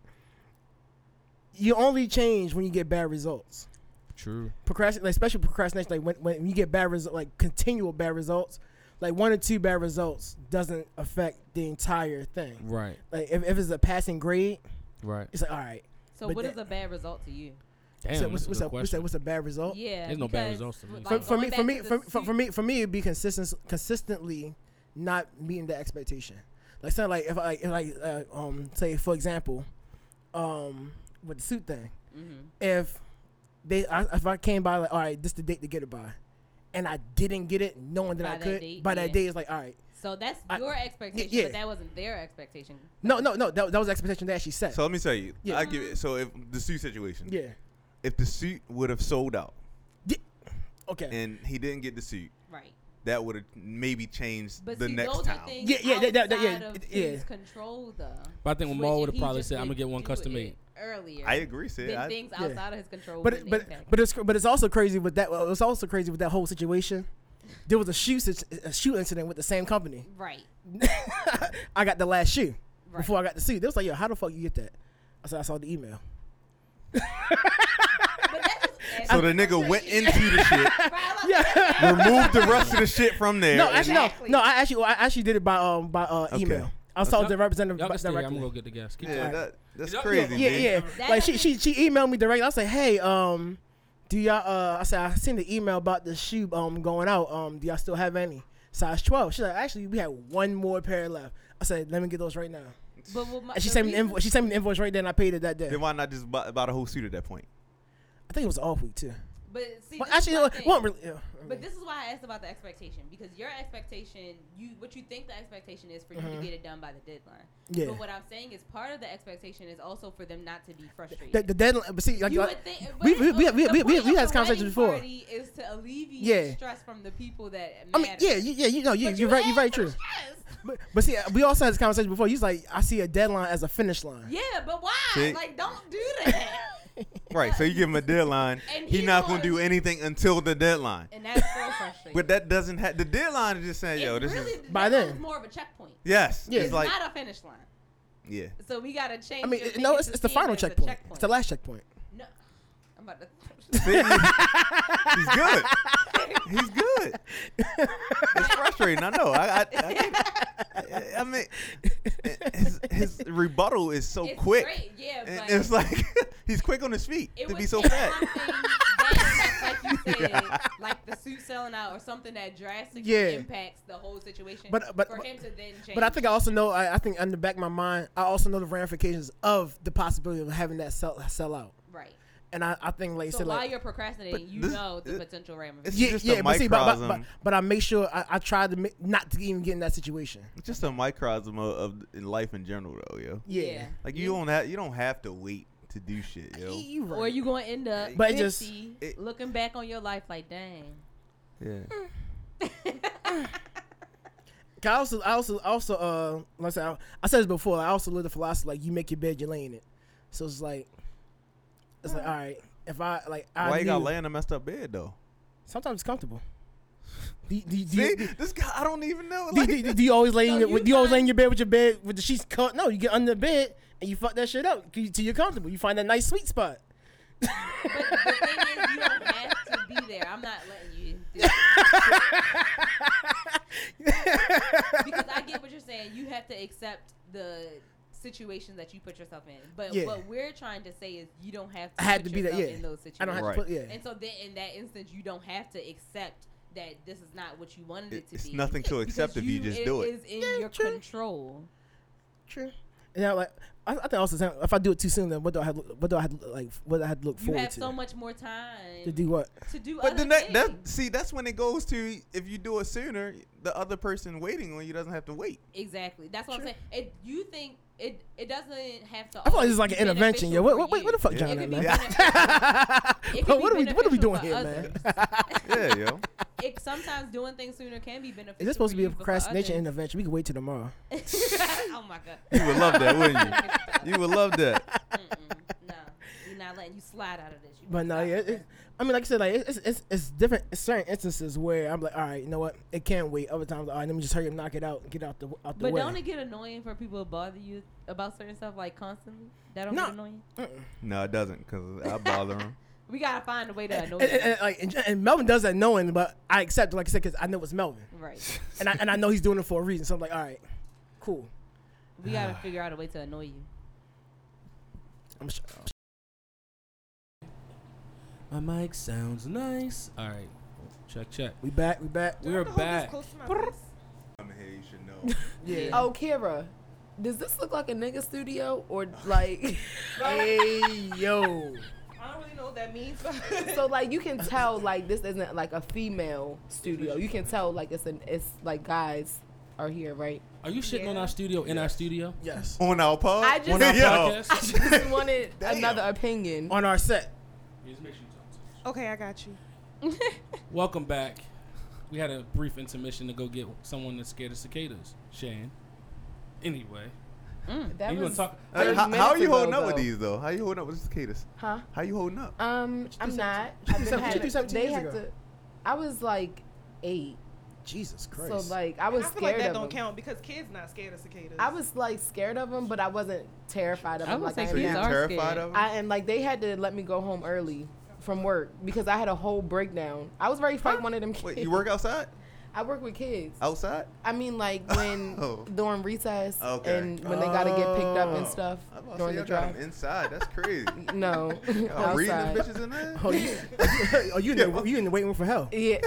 [SPEAKER 4] you only change when you get bad results.
[SPEAKER 3] True.
[SPEAKER 4] Procrastinate, like, especially procrastination, like when, when you get bad results, like continual bad results, like one or two bad results doesn't affect the entire thing.
[SPEAKER 2] Right.
[SPEAKER 4] Like if, if it's a passing grade,
[SPEAKER 2] Right.
[SPEAKER 4] it's like all right.
[SPEAKER 5] So
[SPEAKER 4] But
[SPEAKER 5] what is
[SPEAKER 4] that-
[SPEAKER 5] a bad result to you?
[SPEAKER 2] Damn,
[SPEAKER 4] so
[SPEAKER 2] that's
[SPEAKER 4] what's,
[SPEAKER 2] a
[SPEAKER 4] what's,
[SPEAKER 2] good
[SPEAKER 4] a, what's, a,
[SPEAKER 2] question.
[SPEAKER 4] what's a Oh, bad result?
[SPEAKER 5] Yeah,
[SPEAKER 2] There's no bad
[SPEAKER 5] because,
[SPEAKER 2] results to me.
[SPEAKER 5] like,
[SPEAKER 4] for, for
[SPEAKER 5] going
[SPEAKER 4] me,
[SPEAKER 5] back
[SPEAKER 4] for me,
[SPEAKER 5] to the
[SPEAKER 4] for, for,
[SPEAKER 5] suit-
[SPEAKER 4] for me, for me, it'd be consistent, consistently not meeting the expectation. Like, say, like if I, if like, uh, um, say for example, um, with the suit thing,
[SPEAKER 5] Mhm.
[SPEAKER 4] if they, I, if I came by like, all right, this the date to get it by, and I didn't get it, knowing that
[SPEAKER 5] By
[SPEAKER 4] I
[SPEAKER 5] that
[SPEAKER 4] could,
[SPEAKER 5] date,
[SPEAKER 4] by
[SPEAKER 5] yeah.
[SPEAKER 4] that day, it's like, all right,
[SPEAKER 5] So that's
[SPEAKER 4] I-
[SPEAKER 5] your expectation,
[SPEAKER 4] yeah.
[SPEAKER 5] but that wasn't their expectation.
[SPEAKER 4] no, no, no, that, that was the expectation that she set.
[SPEAKER 3] So let me tell you.
[SPEAKER 4] Yeah.
[SPEAKER 3] I give it. So if the suit situation.
[SPEAKER 4] yeah,
[SPEAKER 3] If the suit would have sold out
[SPEAKER 4] okay,
[SPEAKER 3] and he didn't get the suit,
[SPEAKER 5] Right.
[SPEAKER 3] that would have maybe changed
[SPEAKER 5] But
[SPEAKER 3] the
[SPEAKER 5] see,
[SPEAKER 3] next
[SPEAKER 5] those
[SPEAKER 3] time.
[SPEAKER 5] are things
[SPEAKER 4] Yeah, yeah, that- that- that- yeah,
[SPEAKER 5] outside of
[SPEAKER 4] it-
[SPEAKER 5] things
[SPEAKER 4] yeah.
[SPEAKER 5] Control though.
[SPEAKER 2] But I think
[SPEAKER 5] Which
[SPEAKER 2] Maul
[SPEAKER 5] if
[SPEAKER 2] would've
[SPEAKER 5] he
[SPEAKER 2] probably
[SPEAKER 5] just
[SPEAKER 2] said, "I'ma
[SPEAKER 5] didn't
[SPEAKER 2] get one
[SPEAKER 5] do
[SPEAKER 2] custom
[SPEAKER 5] it
[SPEAKER 2] made."
[SPEAKER 5] Earlier,
[SPEAKER 3] I agree, Sid.
[SPEAKER 5] Then
[SPEAKER 3] I-
[SPEAKER 5] things
[SPEAKER 4] yeah.
[SPEAKER 5] outside of his control.
[SPEAKER 4] but
[SPEAKER 5] wouldn't
[SPEAKER 4] it, but
[SPEAKER 5] impact.
[SPEAKER 4] but it's but it's also crazy with that. Well, it's also crazy with that whole situation. There was a shoe sit- a shoe incident with the same company.
[SPEAKER 5] right,
[SPEAKER 4] I got the last shoe
[SPEAKER 5] right.
[SPEAKER 4] before I got the suit. They was like, yo, how the fuck you get that? I said, I saw the email.
[SPEAKER 5] But that's just asking
[SPEAKER 3] So the nigga
[SPEAKER 5] for
[SPEAKER 3] went
[SPEAKER 5] shit.
[SPEAKER 3] into the shit,
[SPEAKER 5] Right, I like
[SPEAKER 4] Yeah.
[SPEAKER 5] that.
[SPEAKER 3] removed the rest of the shit from there.
[SPEAKER 4] No,
[SPEAKER 3] and-
[SPEAKER 4] actually, no,
[SPEAKER 5] Exactly.
[SPEAKER 4] no. I actually, I actually did it by um by uh
[SPEAKER 3] Okay.
[SPEAKER 4] email. I saw the representative
[SPEAKER 2] Y'all
[SPEAKER 4] by-
[SPEAKER 2] can stay here. I'm
[SPEAKER 4] directly.
[SPEAKER 2] gonna go get the gas. Keep
[SPEAKER 3] yeah,
[SPEAKER 2] going.
[SPEAKER 3] that, that's
[SPEAKER 2] Yeah,
[SPEAKER 3] crazy.
[SPEAKER 4] yeah,
[SPEAKER 3] B.
[SPEAKER 4] yeah.
[SPEAKER 5] That
[SPEAKER 4] Like she, she
[SPEAKER 5] doesn't-
[SPEAKER 4] she emailed me directly. I was like, hey, um, do y'all? Uh, I said I seen the email about the shoe um going out. Um, do y'all still have any size twelve? She's like, actually, we had one more pair left. I said, let me get those right now.
[SPEAKER 5] But what my,
[SPEAKER 4] And she
[SPEAKER 5] the
[SPEAKER 4] sent me the
[SPEAKER 5] reason-
[SPEAKER 4] invoice. She sent me the invoice right then. I paid it that day.
[SPEAKER 3] Then why not just buy, buy the whole suit at that point?
[SPEAKER 4] I think it was off week too.
[SPEAKER 5] But see,
[SPEAKER 4] Well,
[SPEAKER 5] this is
[SPEAKER 4] actually,
[SPEAKER 5] my
[SPEAKER 4] it
[SPEAKER 5] thing.
[SPEAKER 4] wasn't really. uh, yeah, I mean,
[SPEAKER 5] But this is why I asked about the expectation because your expectation, you what you think the expectation is for you to get it done by the deadline.
[SPEAKER 4] Mm-hmm. Yeah.
[SPEAKER 5] But what I'm saying is part of the expectation is also for them not to be frustrated.
[SPEAKER 4] the, the deadline. But see, like,
[SPEAKER 5] you
[SPEAKER 4] like-
[SPEAKER 5] would think, but
[SPEAKER 4] we- we- we-
[SPEAKER 5] the
[SPEAKER 4] we- we- we
[SPEAKER 5] point
[SPEAKER 4] had
[SPEAKER 5] of
[SPEAKER 4] this
[SPEAKER 5] the
[SPEAKER 4] conversation
[SPEAKER 5] wedding
[SPEAKER 4] before.
[SPEAKER 5] party Is to alleviate
[SPEAKER 4] Yeah.
[SPEAKER 5] stress from the people that matter.
[SPEAKER 4] I mean, yeah, you, yeah, you know, you,
[SPEAKER 5] But
[SPEAKER 4] you're right, you're
[SPEAKER 5] had
[SPEAKER 4] right, true.
[SPEAKER 5] some stress.
[SPEAKER 4] But, but see, we also had this conversation before. You was like, I see a deadline as a finish line.
[SPEAKER 5] Yeah, but why?
[SPEAKER 3] See?
[SPEAKER 5] Like, don't do that.
[SPEAKER 3] Right. So you give him a deadline.
[SPEAKER 5] And
[SPEAKER 3] He
[SPEAKER 5] he
[SPEAKER 3] not
[SPEAKER 5] gonna-
[SPEAKER 3] gonna do anything until the deadline.
[SPEAKER 5] and that's so frustrating.
[SPEAKER 3] But that doesn't have the deadline is just saying,
[SPEAKER 5] It's
[SPEAKER 3] yo, this
[SPEAKER 5] really,
[SPEAKER 3] is
[SPEAKER 5] by
[SPEAKER 4] By
[SPEAKER 5] then,
[SPEAKER 4] then.
[SPEAKER 5] more of a checkpoint.
[SPEAKER 3] yes.
[SPEAKER 4] Yeah.
[SPEAKER 3] It's like
[SPEAKER 5] not a finish line.
[SPEAKER 3] yeah.
[SPEAKER 5] So we gotta change.
[SPEAKER 4] I mean,
[SPEAKER 5] your
[SPEAKER 4] it- no,
[SPEAKER 5] thinking
[SPEAKER 4] it's,
[SPEAKER 5] to
[SPEAKER 4] it's the
[SPEAKER 5] seeing
[SPEAKER 4] final
[SPEAKER 5] it as a
[SPEAKER 4] checkpoint. It's the last checkpoint.
[SPEAKER 5] No, I'm about to.
[SPEAKER 3] See? He's good. He's good. It's frustrating. I know. I I, I, get- I mean, his, his rebuttal is so
[SPEAKER 5] It's
[SPEAKER 3] quick.
[SPEAKER 5] great, yeah,
[SPEAKER 3] And
[SPEAKER 5] but
[SPEAKER 3] it's like he's quick on his feet
[SPEAKER 5] it
[SPEAKER 3] to
[SPEAKER 5] would
[SPEAKER 3] be so
[SPEAKER 5] take
[SPEAKER 3] fast.
[SPEAKER 5] something that, like you said, like the suit selling out or something that drastically
[SPEAKER 4] Yeah.
[SPEAKER 5] impacts the whole situation.
[SPEAKER 4] But- but-
[SPEAKER 5] for
[SPEAKER 4] but-
[SPEAKER 5] him to then change.
[SPEAKER 4] But I think I also know. I, I think in the back of my mind, I also know the ramifications of the possibility of having that sell sell out.
[SPEAKER 5] right.
[SPEAKER 4] And I, I think, like you
[SPEAKER 5] So
[SPEAKER 4] said,
[SPEAKER 5] while
[SPEAKER 4] like,
[SPEAKER 5] you're procrastinating, you
[SPEAKER 3] this-
[SPEAKER 5] know the
[SPEAKER 3] it-
[SPEAKER 5] potential
[SPEAKER 3] it's
[SPEAKER 5] ramifications.
[SPEAKER 4] yeah,
[SPEAKER 3] just a
[SPEAKER 4] yeah. But see, but, but, but,
[SPEAKER 3] microcosm.
[SPEAKER 4] but I make sure I, I try to make, not to even get in that situation.
[SPEAKER 3] It's just a microcosm of, of in life in general, though, yo.
[SPEAKER 4] Yeah,
[SPEAKER 5] Yeah.
[SPEAKER 3] Like you don't have you don't have to wait to do shit, yo.
[SPEAKER 4] Y- you right.
[SPEAKER 5] Or you gonna end up
[SPEAKER 4] But it
[SPEAKER 5] 50,
[SPEAKER 4] just-
[SPEAKER 3] it-
[SPEAKER 5] looking back on your life like, dang.
[SPEAKER 3] Yeah.
[SPEAKER 6] Mm.
[SPEAKER 4] 'Cause I also, I also, I also, uh, like I said, I, I said this before. I also live the philosophy like you make your bed, you lay in it. So it's like, it's like, all right, if I like, I
[SPEAKER 3] Why you
[SPEAKER 4] knew-
[SPEAKER 3] gotta lay in a messed up bed though?
[SPEAKER 4] Sometimes it's comfortable. Do, do, do,
[SPEAKER 3] See,
[SPEAKER 4] do,
[SPEAKER 3] this guy, I don't even know.
[SPEAKER 4] do,
[SPEAKER 3] Like,
[SPEAKER 4] do, do you always lay
[SPEAKER 5] So
[SPEAKER 4] in your,
[SPEAKER 5] you
[SPEAKER 4] do you always lay
[SPEAKER 5] find-
[SPEAKER 4] in your bed with your bed with the sheets cut? No, you get under the bed and you fuck that shit up 'cause you- till you're comfortable. You find that nice sweet spot.
[SPEAKER 5] But the thing is, you don't have to be there. I'm not letting you. Do it. because I get what you're saying. You have to accept the situation that you put yourself in. But
[SPEAKER 4] Yeah.
[SPEAKER 5] what we're trying to say is you don't have to
[SPEAKER 4] I had
[SPEAKER 5] put
[SPEAKER 4] to be that.
[SPEAKER 5] yourself
[SPEAKER 4] Yeah,
[SPEAKER 5] in those situations.
[SPEAKER 4] I don't have
[SPEAKER 3] Right.
[SPEAKER 4] to put. Yeah,
[SPEAKER 5] And so then in that instance, you don't have to accept that this is not what you wanted it to
[SPEAKER 3] it's
[SPEAKER 5] be.
[SPEAKER 3] nothing to
[SPEAKER 5] Because
[SPEAKER 3] accept if you just do it.
[SPEAKER 5] is in
[SPEAKER 4] Yeah,
[SPEAKER 5] your
[SPEAKER 4] true.
[SPEAKER 5] control.
[SPEAKER 4] true. And I like. I, I think also sound- if I do it too soon, then what do I have? What do I have like? What do I have to look
[SPEAKER 5] You
[SPEAKER 4] forward
[SPEAKER 5] have
[SPEAKER 4] to?
[SPEAKER 5] so much more time
[SPEAKER 4] to do what?
[SPEAKER 5] to do
[SPEAKER 3] but
[SPEAKER 5] other
[SPEAKER 3] then that, that
[SPEAKER 5] things.
[SPEAKER 3] see, that's when it goes to if you do it sooner, the other person waiting on you doesn't have to wait.
[SPEAKER 5] Exactly. That's what
[SPEAKER 4] True.
[SPEAKER 5] I'm saying. It, you think it it doesn't have to.
[SPEAKER 4] I feel like
[SPEAKER 5] always
[SPEAKER 4] this is like
[SPEAKER 5] be
[SPEAKER 4] an intervention. Yeah,
[SPEAKER 5] beneficial
[SPEAKER 4] what,
[SPEAKER 5] for
[SPEAKER 4] what, what,
[SPEAKER 5] you.
[SPEAKER 4] what the fuck,
[SPEAKER 3] Yeah.
[SPEAKER 4] John?
[SPEAKER 5] It could
[SPEAKER 4] at,
[SPEAKER 5] be
[SPEAKER 4] man?
[SPEAKER 5] beneficial- it could
[SPEAKER 4] But
[SPEAKER 5] be
[SPEAKER 4] what are we what are we
[SPEAKER 5] beneficial
[SPEAKER 4] doing
[SPEAKER 5] for
[SPEAKER 4] here, man?
[SPEAKER 5] others.
[SPEAKER 3] Yeah, yo.
[SPEAKER 5] It sometimes doing things sooner can be beneficial.
[SPEAKER 4] Is this supposed to
[SPEAKER 5] for
[SPEAKER 4] be a
[SPEAKER 5] you, but for
[SPEAKER 4] procrastination
[SPEAKER 5] others-
[SPEAKER 4] intervention? We can wait till tomorrow.
[SPEAKER 5] oh my god.
[SPEAKER 3] You would love that, wouldn't you? You would love that.
[SPEAKER 5] Mm-mm. No, you're not not letting you slide out of this. You
[SPEAKER 4] But no,
[SPEAKER 5] gotta
[SPEAKER 4] yeah,
[SPEAKER 5] stop.
[SPEAKER 4] it, I mean, like I said, like it's, it's it's different. It's certain instances where I'm like, all right, you know what, it can't wait. Other times, all right, let me just hurry up, knock it out, get out the out the
[SPEAKER 5] But
[SPEAKER 4] way.
[SPEAKER 5] don't it get annoying for people to bother you about certain stuff like constantly? That don't
[SPEAKER 4] No.
[SPEAKER 5] get annoying.
[SPEAKER 3] No, it doesn't, cause I bother him.
[SPEAKER 5] We gotta find a way to annoy
[SPEAKER 4] and, and-
[SPEAKER 5] you.
[SPEAKER 4] and, like, and, and Melvin does that knowing, but I accept, like I said, because I know it's Melvin,
[SPEAKER 5] Right.
[SPEAKER 4] and I and I know he's doing it for a reason. So I'm like, all right, cool.
[SPEAKER 5] We gotta figure out a way to annoy you.
[SPEAKER 4] I'm sh-
[SPEAKER 2] My mic sounds nice. All right, check check.
[SPEAKER 4] we back, we back.
[SPEAKER 2] We are back.
[SPEAKER 3] I'm here. You should know.
[SPEAKER 5] Yeah.
[SPEAKER 6] Oh, Kira, does this look like a nigga studio or like?
[SPEAKER 4] hey yo,
[SPEAKER 5] I don't really know what that means.
[SPEAKER 6] so like you can tell like this isn't like a female studio. You can tell like it's an it's like guys are here, right?
[SPEAKER 2] Are you shitting on our studio in our studio?
[SPEAKER 4] yes.
[SPEAKER 3] on our pod.
[SPEAKER 6] I just-
[SPEAKER 3] on
[SPEAKER 6] On
[SPEAKER 3] our
[SPEAKER 6] our
[SPEAKER 3] yo,
[SPEAKER 6] I just wanted
[SPEAKER 3] Damn.
[SPEAKER 6] another opinion.
[SPEAKER 4] On our set,
[SPEAKER 7] Okay, I got you.
[SPEAKER 2] Welcome back. We had a brief intermission to go get someone that's scared of cicadas. Shan. Anyway,
[SPEAKER 6] That
[SPEAKER 2] you
[SPEAKER 6] was
[SPEAKER 2] gonna talk?
[SPEAKER 3] Hey,
[SPEAKER 6] thirty
[SPEAKER 3] how, how
[SPEAKER 6] minutes
[SPEAKER 3] are you
[SPEAKER 6] ago,
[SPEAKER 3] holding up with
[SPEAKER 6] though.
[SPEAKER 3] these though? How you holding up with cicadas?
[SPEAKER 6] Huh?
[SPEAKER 3] How you holding up?
[SPEAKER 6] Um, I'm not.
[SPEAKER 4] you
[SPEAKER 6] I've
[SPEAKER 4] do seventeen- you
[SPEAKER 6] been
[SPEAKER 4] do
[SPEAKER 6] having,
[SPEAKER 4] seventeen
[SPEAKER 6] they
[SPEAKER 4] years
[SPEAKER 6] had
[SPEAKER 4] ago?
[SPEAKER 6] to. I was like eight,
[SPEAKER 4] Jesus Christ.
[SPEAKER 6] so like I was
[SPEAKER 7] I feel
[SPEAKER 6] scared
[SPEAKER 7] like that
[SPEAKER 6] of
[SPEAKER 7] don't
[SPEAKER 6] them.
[SPEAKER 7] count because kids not scared of cicadas.
[SPEAKER 6] I was like scared of them, but I wasn't terrified of
[SPEAKER 5] I
[SPEAKER 6] them.
[SPEAKER 5] would
[SPEAKER 6] Like
[SPEAKER 5] say
[SPEAKER 6] I
[SPEAKER 3] So
[SPEAKER 6] am
[SPEAKER 5] kids
[SPEAKER 3] you
[SPEAKER 6] now.
[SPEAKER 5] are
[SPEAKER 3] terrified
[SPEAKER 5] scared.
[SPEAKER 3] of them?
[SPEAKER 6] I am like they had to let me go home early from work because I had a whole breakdown. I was ready to fight one of them kids.
[SPEAKER 3] Wait, you work outside?
[SPEAKER 6] I work with kids.
[SPEAKER 3] Outside?
[SPEAKER 6] I mean, like when
[SPEAKER 3] Oh.
[SPEAKER 6] during recess
[SPEAKER 3] Okay.
[SPEAKER 6] and when they gotta get picked up and
[SPEAKER 3] Oh.
[SPEAKER 6] stuff
[SPEAKER 3] I was about to
[SPEAKER 6] during
[SPEAKER 3] say,
[SPEAKER 6] the
[SPEAKER 3] y'all got
[SPEAKER 6] drive.
[SPEAKER 3] them inside. That's crazy.
[SPEAKER 6] No,
[SPEAKER 3] Y'all Oh, reading them
[SPEAKER 6] outside.
[SPEAKER 3] bitches in there?
[SPEAKER 4] oh, you, oh, you in the you in the waiting room for hell?
[SPEAKER 6] Yeah,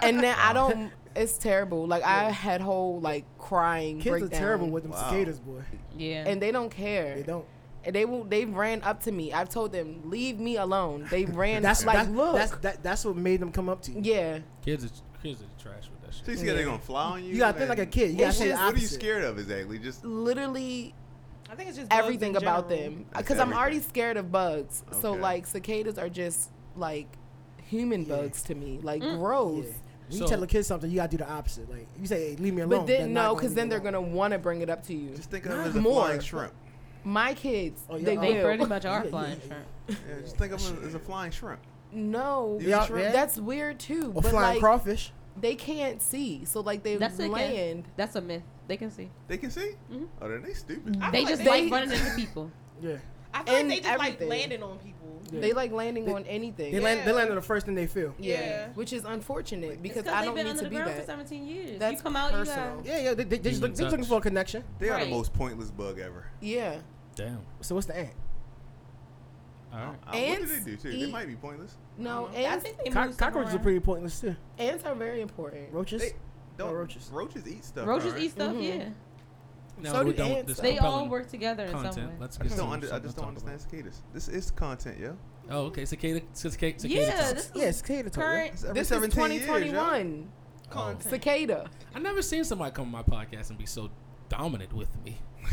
[SPEAKER 6] and then I don't. It's terrible. Like I had whole like crying
[SPEAKER 4] Kids
[SPEAKER 6] breakdown.
[SPEAKER 4] are terrible with them
[SPEAKER 3] Wow.
[SPEAKER 4] cicadas, boy.
[SPEAKER 5] yeah.
[SPEAKER 6] and they don't care.
[SPEAKER 4] They don't.
[SPEAKER 6] And they will. They ran up to me. I've told them leave me alone. They ran.
[SPEAKER 4] That's
[SPEAKER 6] like
[SPEAKER 4] that,
[SPEAKER 6] look.
[SPEAKER 4] That's that, that's what made them come up to you.
[SPEAKER 6] yeah.
[SPEAKER 2] Kids are kids are trash with that
[SPEAKER 3] So
[SPEAKER 2] shit.
[SPEAKER 3] you scared they're gonna fly on you?
[SPEAKER 4] You gotta think like a
[SPEAKER 3] and-
[SPEAKER 4] kid. You gotta
[SPEAKER 6] It's
[SPEAKER 4] say the
[SPEAKER 6] just-
[SPEAKER 3] What are you
[SPEAKER 4] opposite.
[SPEAKER 3] scared of exactly? Just
[SPEAKER 6] literally
[SPEAKER 7] I think it's just bugs
[SPEAKER 6] everything
[SPEAKER 7] in
[SPEAKER 6] about
[SPEAKER 7] general.
[SPEAKER 6] them
[SPEAKER 3] It's
[SPEAKER 6] because I'm already
[SPEAKER 3] everything.
[SPEAKER 6] scared of bugs. So
[SPEAKER 3] Okay.
[SPEAKER 6] like cicadas are just like human bugs to me, like
[SPEAKER 7] Mm.
[SPEAKER 6] gross.
[SPEAKER 4] Yeah. When
[SPEAKER 2] So-
[SPEAKER 4] you tell a kid something, you gotta do the opposite. Like you say, hey, leave me alone.
[SPEAKER 6] But then
[SPEAKER 4] not
[SPEAKER 6] no,
[SPEAKER 4] gonna
[SPEAKER 6] because
[SPEAKER 4] leave
[SPEAKER 6] then
[SPEAKER 4] you
[SPEAKER 6] they're
[SPEAKER 4] alone.
[SPEAKER 6] gonna want to bring it up to you.
[SPEAKER 3] just think of them as a
[SPEAKER 6] More.
[SPEAKER 3] flying shrimp.
[SPEAKER 6] My kids,
[SPEAKER 4] Oh, yeah,
[SPEAKER 6] they
[SPEAKER 4] oh.
[SPEAKER 5] they
[SPEAKER 4] Ew.
[SPEAKER 5] pretty
[SPEAKER 6] will.
[SPEAKER 5] much are
[SPEAKER 4] Yeah, yeah,
[SPEAKER 5] flying.
[SPEAKER 4] yeah.
[SPEAKER 3] Yeah, just think of them as a flying shrimp.
[SPEAKER 6] No,
[SPEAKER 3] You Yeah,
[SPEAKER 4] shrimp? yeah.
[SPEAKER 6] that's weird too.
[SPEAKER 4] Or
[SPEAKER 6] but
[SPEAKER 4] flying
[SPEAKER 6] like
[SPEAKER 4] crawfish.
[SPEAKER 6] they can't see, so like they
[SPEAKER 5] That's okay.
[SPEAKER 6] land.
[SPEAKER 5] That's a myth. They can see.
[SPEAKER 3] They can see.
[SPEAKER 5] Mhm.
[SPEAKER 3] Oh, then they stupid.
[SPEAKER 7] I
[SPEAKER 5] They
[SPEAKER 7] feel
[SPEAKER 5] just
[SPEAKER 7] like
[SPEAKER 5] like
[SPEAKER 6] they-
[SPEAKER 5] running into people.
[SPEAKER 4] Yeah.
[SPEAKER 7] I feel like
[SPEAKER 6] and
[SPEAKER 7] they just
[SPEAKER 6] everything.
[SPEAKER 7] like landing on people.
[SPEAKER 4] Yeah.
[SPEAKER 6] They like landing
[SPEAKER 4] They-
[SPEAKER 6] on anything.
[SPEAKER 4] They land. They
[SPEAKER 7] Yeah.
[SPEAKER 4] land on the first thing they feel.
[SPEAKER 6] yeah.
[SPEAKER 7] Yeah.
[SPEAKER 6] which is unfortunate
[SPEAKER 5] It's
[SPEAKER 6] because I don't
[SPEAKER 5] they've been
[SPEAKER 6] need
[SPEAKER 5] under
[SPEAKER 6] to
[SPEAKER 5] the
[SPEAKER 6] be
[SPEAKER 5] ground
[SPEAKER 6] that.
[SPEAKER 5] for 17 years.
[SPEAKER 6] That's
[SPEAKER 5] you come out,
[SPEAKER 6] personal.
[SPEAKER 4] Yeah, yeah. They, they, they just
[SPEAKER 2] Human
[SPEAKER 4] look, they're just looking
[SPEAKER 2] touch.
[SPEAKER 4] for a connection.
[SPEAKER 3] They are the
[SPEAKER 5] Right.
[SPEAKER 3] most pointless bug ever.
[SPEAKER 6] Yeah,
[SPEAKER 2] Damn.
[SPEAKER 4] So what's the ant?
[SPEAKER 2] All right.
[SPEAKER 3] Uh, what did
[SPEAKER 6] Ants
[SPEAKER 3] they do too? They
[SPEAKER 6] eat-
[SPEAKER 3] might be pointless.
[SPEAKER 6] no,
[SPEAKER 5] you got. I
[SPEAKER 6] ants,
[SPEAKER 5] think they
[SPEAKER 4] Co-
[SPEAKER 5] move
[SPEAKER 4] cockroaches are
[SPEAKER 5] somewhere.
[SPEAKER 4] pretty pointless too.
[SPEAKER 6] ants are very important.
[SPEAKER 4] Roaches.
[SPEAKER 3] They don't
[SPEAKER 4] roaches.
[SPEAKER 3] Roaches eat stuff.
[SPEAKER 5] Roaches
[SPEAKER 3] alright?
[SPEAKER 5] eat stuff.
[SPEAKER 6] Mhm.
[SPEAKER 5] Yeah.
[SPEAKER 2] Now
[SPEAKER 6] So
[SPEAKER 2] we're
[SPEAKER 6] do
[SPEAKER 2] done with
[SPEAKER 6] ants,
[SPEAKER 2] this
[SPEAKER 6] though.
[SPEAKER 5] They all
[SPEAKER 2] compelling
[SPEAKER 5] work together in some
[SPEAKER 2] content.
[SPEAKER 5] way.
[SPEAKER 2] Let's
[SPEAKER 3] I
[SPEAKER 2] get
[SPEAKER 3] just don't.
[SPEAKER 2] to
[SPEAKER 3] Under, I
[SPEAKER 2] something
[SPEAKER 3] just
[SPEAKER 2] to
[SPEAKER 3] don't
[SPEAKER 2] talk about.
[SPEAKER 3] understand cicadas. This is content, yo.
[SPEAKER 2] Oh, okay. Cicada. Cicada. cicada
[SPEAKER 5] Yeah,
[SPEAKER 2] talk.
[SPEAKER 5] this
[SPEAKER 4] yeah,
[SPEAKER 5] is
[SPEAKER 4] cicada talk. yeah.
[SPEAKER 5] current.
[SPEAKER 3] It's every
[SPEAKER 6] This is
[SPEAKER 3] 17 years, yo.
[SPEAKER 6] 2021.
[SPEAKER 7] Content.
[SPEAKER 6] Cicada.
[SPEAKER 2] Oh. I never seen somebody come on my podcast and be so dominant with me.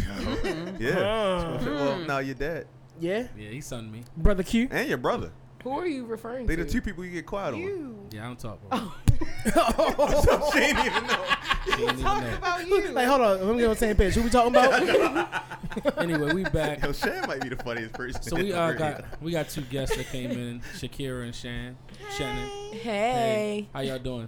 [SPEAKER 3] Yeah.
[SPEAKER 4] Mm-hmm.
[SPEAKER 3] Well, now you're dead,
[SPEAKER 4] Yeah,
[SPEAKER 2] Yeah, he sunned me.
[SPEAKER 4] brother Q.
[SPEAKER 3] and your brother.
[SPEAKER 6] Who are you referring
[SPEAKER 3] They
[SPEAKER 6] to?
[SPEAKER 3] the two people you get quiet on.
[SPEAKER 7] You.
[SPEAKER 2] Yeah, I don't talk. About
[SPEAKER 7] Oh,
[SPEAKER 3] she didn't even know.
[SPEAKER 2] it. She didn't even
[SPEAKER 7] Talk
[SPEAKER 2] know.
[SPEAKER 7] about you.
[SPEAKER 4] like, hold on. Let me get on the same page. Who we talking about?
[SPEAKER 2] Anyway, we back.
[SPEAKER 3] Yo, Shan might be the funniest person.
[SPEAKER 2] So we
[SPEAKER 3] in the
[SPEAKER 2] uh,
[SPEAKER 3] room.
[SPEAKER 2] got we got two guests that came in, Shakira and Shan. Shannon.
[SPEAKER 6] Hey.
[SPEAKER 2] How y'all doing?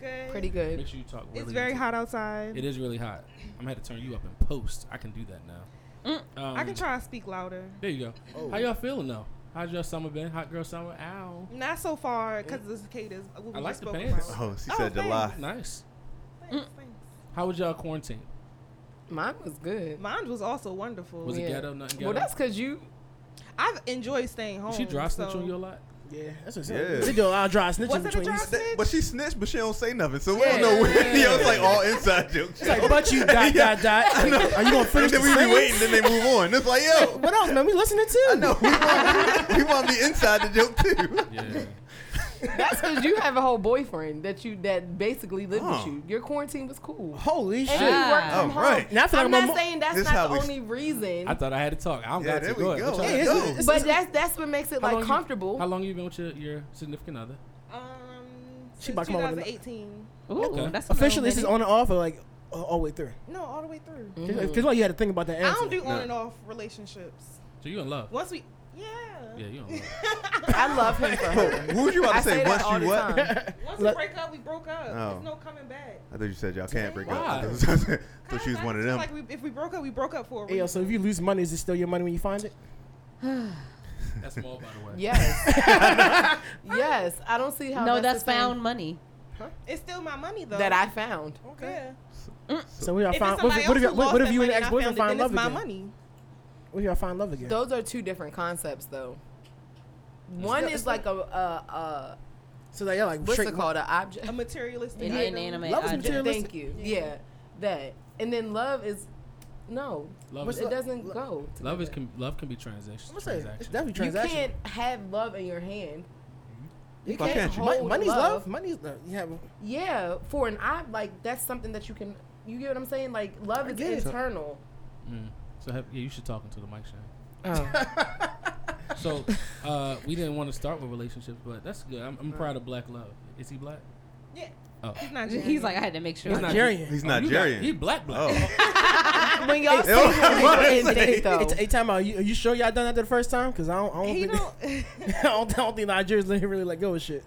[SPEAKER 7] Good.
[SPEAKER 6] Pretty
[SPEAKER 2] Make
[SPEAKER 6] good.
[SPEAKER 2] sure you talk. Really
[SPEAKER 7] It's very
[SPEAKER 2] into-
[SPEAKER 7] hot outside.
[SPEAKER 2] It is really hot. I'm gonna have to turn you up in post. I can do that now. Um,
[SPEAKER 7] Mm, I can try to speak louder.
[SPEAKER 2] There you go.
[SPEAKER 3] Oh.
[SPEAKER 2] How y'all feeling though? How's your summer been? Hot girl summer. Ow.
[SPEAKER 7] Not so far because the cicadas. uh, we
[SPEAKER 2] I like
[SPEAKER 7] just
[SPEAKER 2] the
[SPEAKER 7] spoke
[SPEAKER 2] pants.
[SPEAKER 7] about.
[SPEAKER 3] Oh, she
[SPEAKER 7] Oh,
[SPEAKER 3] said
[SPEAKER 7] thanks.
[SPEAKER 3] July.
[SPEAKER 2] Nice.
[SPEAKER 7] Thanks, thanks.
[SPEAKER 2] How was y'all quarantine?
[SPEAKER 6] Mine was good.
[SPEAKER 7] Mine was also wonderful.
[SPEAKER 2] Was it
[SPEAKER 6] Yeah.
[SPEAKER 2] ghetto? Nothing ghetto.
[SPEAKER 6] Well, that's because you.
[SPEAKER 7] I've enjoyed staying home.
[SPEAKER 2] Did she dry snitch
[SPEAKER 7] so-
[SPEAKER 2] on you a lot?
[SPEAKER 4] yeah, that's what I'm
[SPEAKER 3] Yeah.
[SPEAKER 4] saying. They do a lot of dry snitching
[SPEAKER 7] Was it a
[SPEAKER 4] between
[SPEAKER 7] dry
[SPEAKER 4] you.
[SPEAKER 7] snitch?
[SPEAKER 3] That- but she snitched, but she don't say nothing. So we don't know. Where, yo, it's like all inside jokes.
[SPEAKER 4] It's like, but you dot dot dot. Like, are you gonna
[SPEAKER 3] and
[SPEAKER 4] finish
[SPEAKER 3] then
[SPEAKER 4] the
[SPEAKER 3] we be
[SPEAKER 4] sentence?
[SPEAKER 3] waiting, then they move on. It's like, yo,
[SPEAKER 4] What else, man? We listening to?
[SPEAKER 3] I know. We want, we want to be inside the joke too.
[SPEAKER 2] Yeah.
[SPEAKER 6] That's because you have a whole boyfriend that you that basically lived
[SPEAKER 3] Huh. Oh.
[SPEAKER 6] with you. Your quarantine was cool.
[SPEAKER 4] Holy
[SPEAKER 6] And
[SPEAKER 4] shit!
[SPEAKER 6] you worked
[SPEAKER 3] All
[SPEAKER 6] from home.
[SPEAKER 3] right.
[SPEAKER 4] Now I feel like
[SPEAKER 6] I'm
[SPEAKER 4] my
[SPEAKER 6] not
[SPEAKER 4] mo-
[SPEAKER 6] saying that's
[SPEAKER 3] This
[SPEAKER 6] not
[SPEAKER 3] how
[SPEAKER 6] the
[SPEAKER 3] we-
[SPEAKER 6] only reason,
[SPEAKER 2] I thought I had to talk. I don't
[SPEAKER 3] Yeah,
[SPEAKER 2] got
[SPEAKER 3] there
[SPEAKER 2] to
[SPEAKER 3] we
[SPEAKER 2] go. ahead.
[SPEAKER 3] go.
[SPEAKER 2] What y'all-
[SPEAKER 3] Yeah,
[SPEAKER 4] Hey, it's-
[SPEAKER 3] Yo.
[SPEAKER 4] it's-
[SPEAKER 6] but
[SPEAKER 4] it's-
[SPEAKER 6] that's that's what makes it
[SPEAKER 2] How long
[SPEAKER 6] like
[SPEAKER 2] you-
[SPEAKER 6] comfortable.
[SPEAKER 2] How long you been with your, your significant other?
[SPEAKER 7] Um,
[SPEAKER 4] She
[SPEAKER 7] since
[SPEAKER 4] about to come over the-
[SPEAKER 7] 2018.
[SPEAKER 2] Okay.
[SPEAKER 5] Ooh, that's a little
[SPEAKER 4] Officially, this is
[SPEAKER 5] minute.
[SPEAKER 4] on and off, or like uh, all, all the way through.
[SPEAKER 7] No,
[SPEAKER 4] Mm-hmm.
[SPEAKER 7] all the way through.
[SPEAKER 4] Because like you had to think about that.
[SPEAKER 7] Mm-hmm. I
[SPEAKER 4] Answer.
[SPEAKER 7] don't do on
[SPEAKER 3] No.
[SPEAKER 7] and off relationships.
[SPEAKER 2] So you in love?
[SPEAKER 7] Once we Yeah.
[SPEAKER 2] Yeah, you don't. Know.
[SPEAKER 6] I love him for her.
[SPEAKER 3] What was you about
[SPEAKER 6] I
[SPEAKER 3] to say?
[SPEAKER 6] say that
[SPEAKER 3] Once
[SPEAKER 6] all
[SPEAKER 3] you
[SPEAKER 6] the
[SPEAKER 3] what?
[SPEAKER 6] time.
[SPEAKER 7] Once we
[SPEAKER 4] Let-
[SPEAKER 7] break up, we broke up.
[SPEAKER 3] Oh.
[SPEAKER 7] There's no coming back.
[SPEAKER 3] I thought you said y'all can't break
[SPEAKER 2] Why?
[SPEAKER 3] up. so she was
[SPEAKER 7] I
[SPEAKER 3] one of
[SPEAKER 7] feel
[SPEAKER 3] them.
[SPEAKER 7] Like we, if we broke up, we broke up for a
[SPEAKER 4] Hey, yo,
[SPEAKER 7] reason.
[SPEAKER 4] so if you lose money, is it still your money when you find it?
[SPEAKER 2] That's small, by the way.
[SPEAKER 6] Yes. yes. I don't see how.
[SPEAKER 5] No,
[SPEAKER 6] that's,
[SPEAKER 5] that's
[SPEAKER 6] the same
[SPEAKER 5] found money.
[SPEAKER 7] It's still my money though.
[SPEAKER 6] that I found.
[SPEAKER 7] Yeah.
[SPEAKER 4] So what if
[SPEAKER 7] If
[SPEAKER 4] I
[SPEAKER 7] it's
[SPEAKER 4] find what
[SPEAKER 7] somebody
[SPEAKER 4] if, what if,
[SPEAKER 7] else
[SPEAKER 4] y'all-
[SPEAKER 7] who
[SPEAKER 4] what, what
[SPEAKER 7] lost
[SPEAKER 4] if
[SPEAKER 7] that
[SPEAKER 4] you and your
[SPEAKER 7] money and I
[SPEAKER 4] ex-boyfriend
[SPEAKER 7] found it,
[SPEAKER 4] find
[SPEAKER 7] then
[SPEAKER 4] love
[SPEAKER 7] it's my
[SPEAKER 4] again?
[SPEAKER 7] money.
[SPEAKER 4] What if y'all find love again?
[SPEAKER 6] Those are two different concepts, though. One
[SPEAKER 7] It's
[SPEAKER 6] is
[SPEAKER 7] not-
[SPEAKER 6] like a, a, a
[SPEAKER 4] So like, yeah, like
[SPEAKER 6] what's
[SPEAKER 4] straight
[SPEAKER 6] it called? An object.
[SPEAKER 7] A materialistic.
[SPEAKER 5] In
[SPEAKER 7] item.
[SPEAKER 5] an anime.
[SPEAKER 4] Love is
[SPEAKER 5] object.
[SPEAKER 4] material.
[SPEAKER 6] Thank you. Yeah. that. And then love is no.
[SPEAKER 2] Love,
[SPEAKER 4] What's
[SPEAKER 2] is,
[SPEAKER 4] lo-
[SPEAKER 6] it doesn't
[SPEAKER 4] lo-
[SPEAKER 6] go.
[SPEAKER 2] love is
[SPEAKER 6] together.
[SPEAKER 2] can love can be transaction.
[SPEAKER 4] I'm gonna say it's
[SPEAKER 2] transaction.
[SPEAKER 4] definitely
[SPEAKER 6] You
[SPEAKER 4] transaction.
[SPEAKER 6] can't have love in your hand.
[SPEAKER 4] You
[SPEAKER 3] Why can't you?
[SPEAKER 4] Mon-
[SPEAKER 6] hold
[SPEAKER 4] money's
[SPEAKER 6] love.
[SPEAKER 4] love. Money's uh, love. Yeah,
[SPEAKER 6] Yeah, for an ob like that's something that you can. You get what I'm saying? Like love
[SPEAKER 4] I
[SPEAKER 6] is
[SPEAKER 4] get it.
[SPEAKER 6] internal.
[SPEAKER 2] Mm. So have, yeah, you should talk into the mic, Shane.
[SPEAKER 6] Oh.
[SPEAKER 2] So uh, we didn't want to start with relationships, but that's good. I'm, I'm proud of Black Love. Is he black?
[SPEAKER 7] Yeah.
[SPEAKER 2] Oh.
[SPEAKER 7] He's not.
[SPEAKER 5] He's like, I had to make sure.
[SPEAKER 2] He's not-
[SPEAKER 4] Nigerian.
[SPEAKER 3] He's
[SPEAKER 2] Oh, you got-
[SPEAKER 3] Nigerian.
[SPEAKER 2] He black black.
[SPEAKER 3] Oh.
[SPEAKER 6] when y'all
[SPEAKER 3] Hey, I
[SPEAKER 6] say
[SPEAKER 3] was
[SPEAKER 6] that,
[SPEAKER 3] about to
[SPEAKER 6] they didn't
[SPEAKER 3] say.
[SPEAKER 6] date though.
[SPEAKER 4] Hey, time out. You, are you sure y'all done that the first time? Cause I don't. I don't
[SPEAKER 7] He
[SPEAKER 4] think.
[SPEAKER 7] don't.
[SPEAKER 4] I, don't I don't think Nigerians really really let go of shit.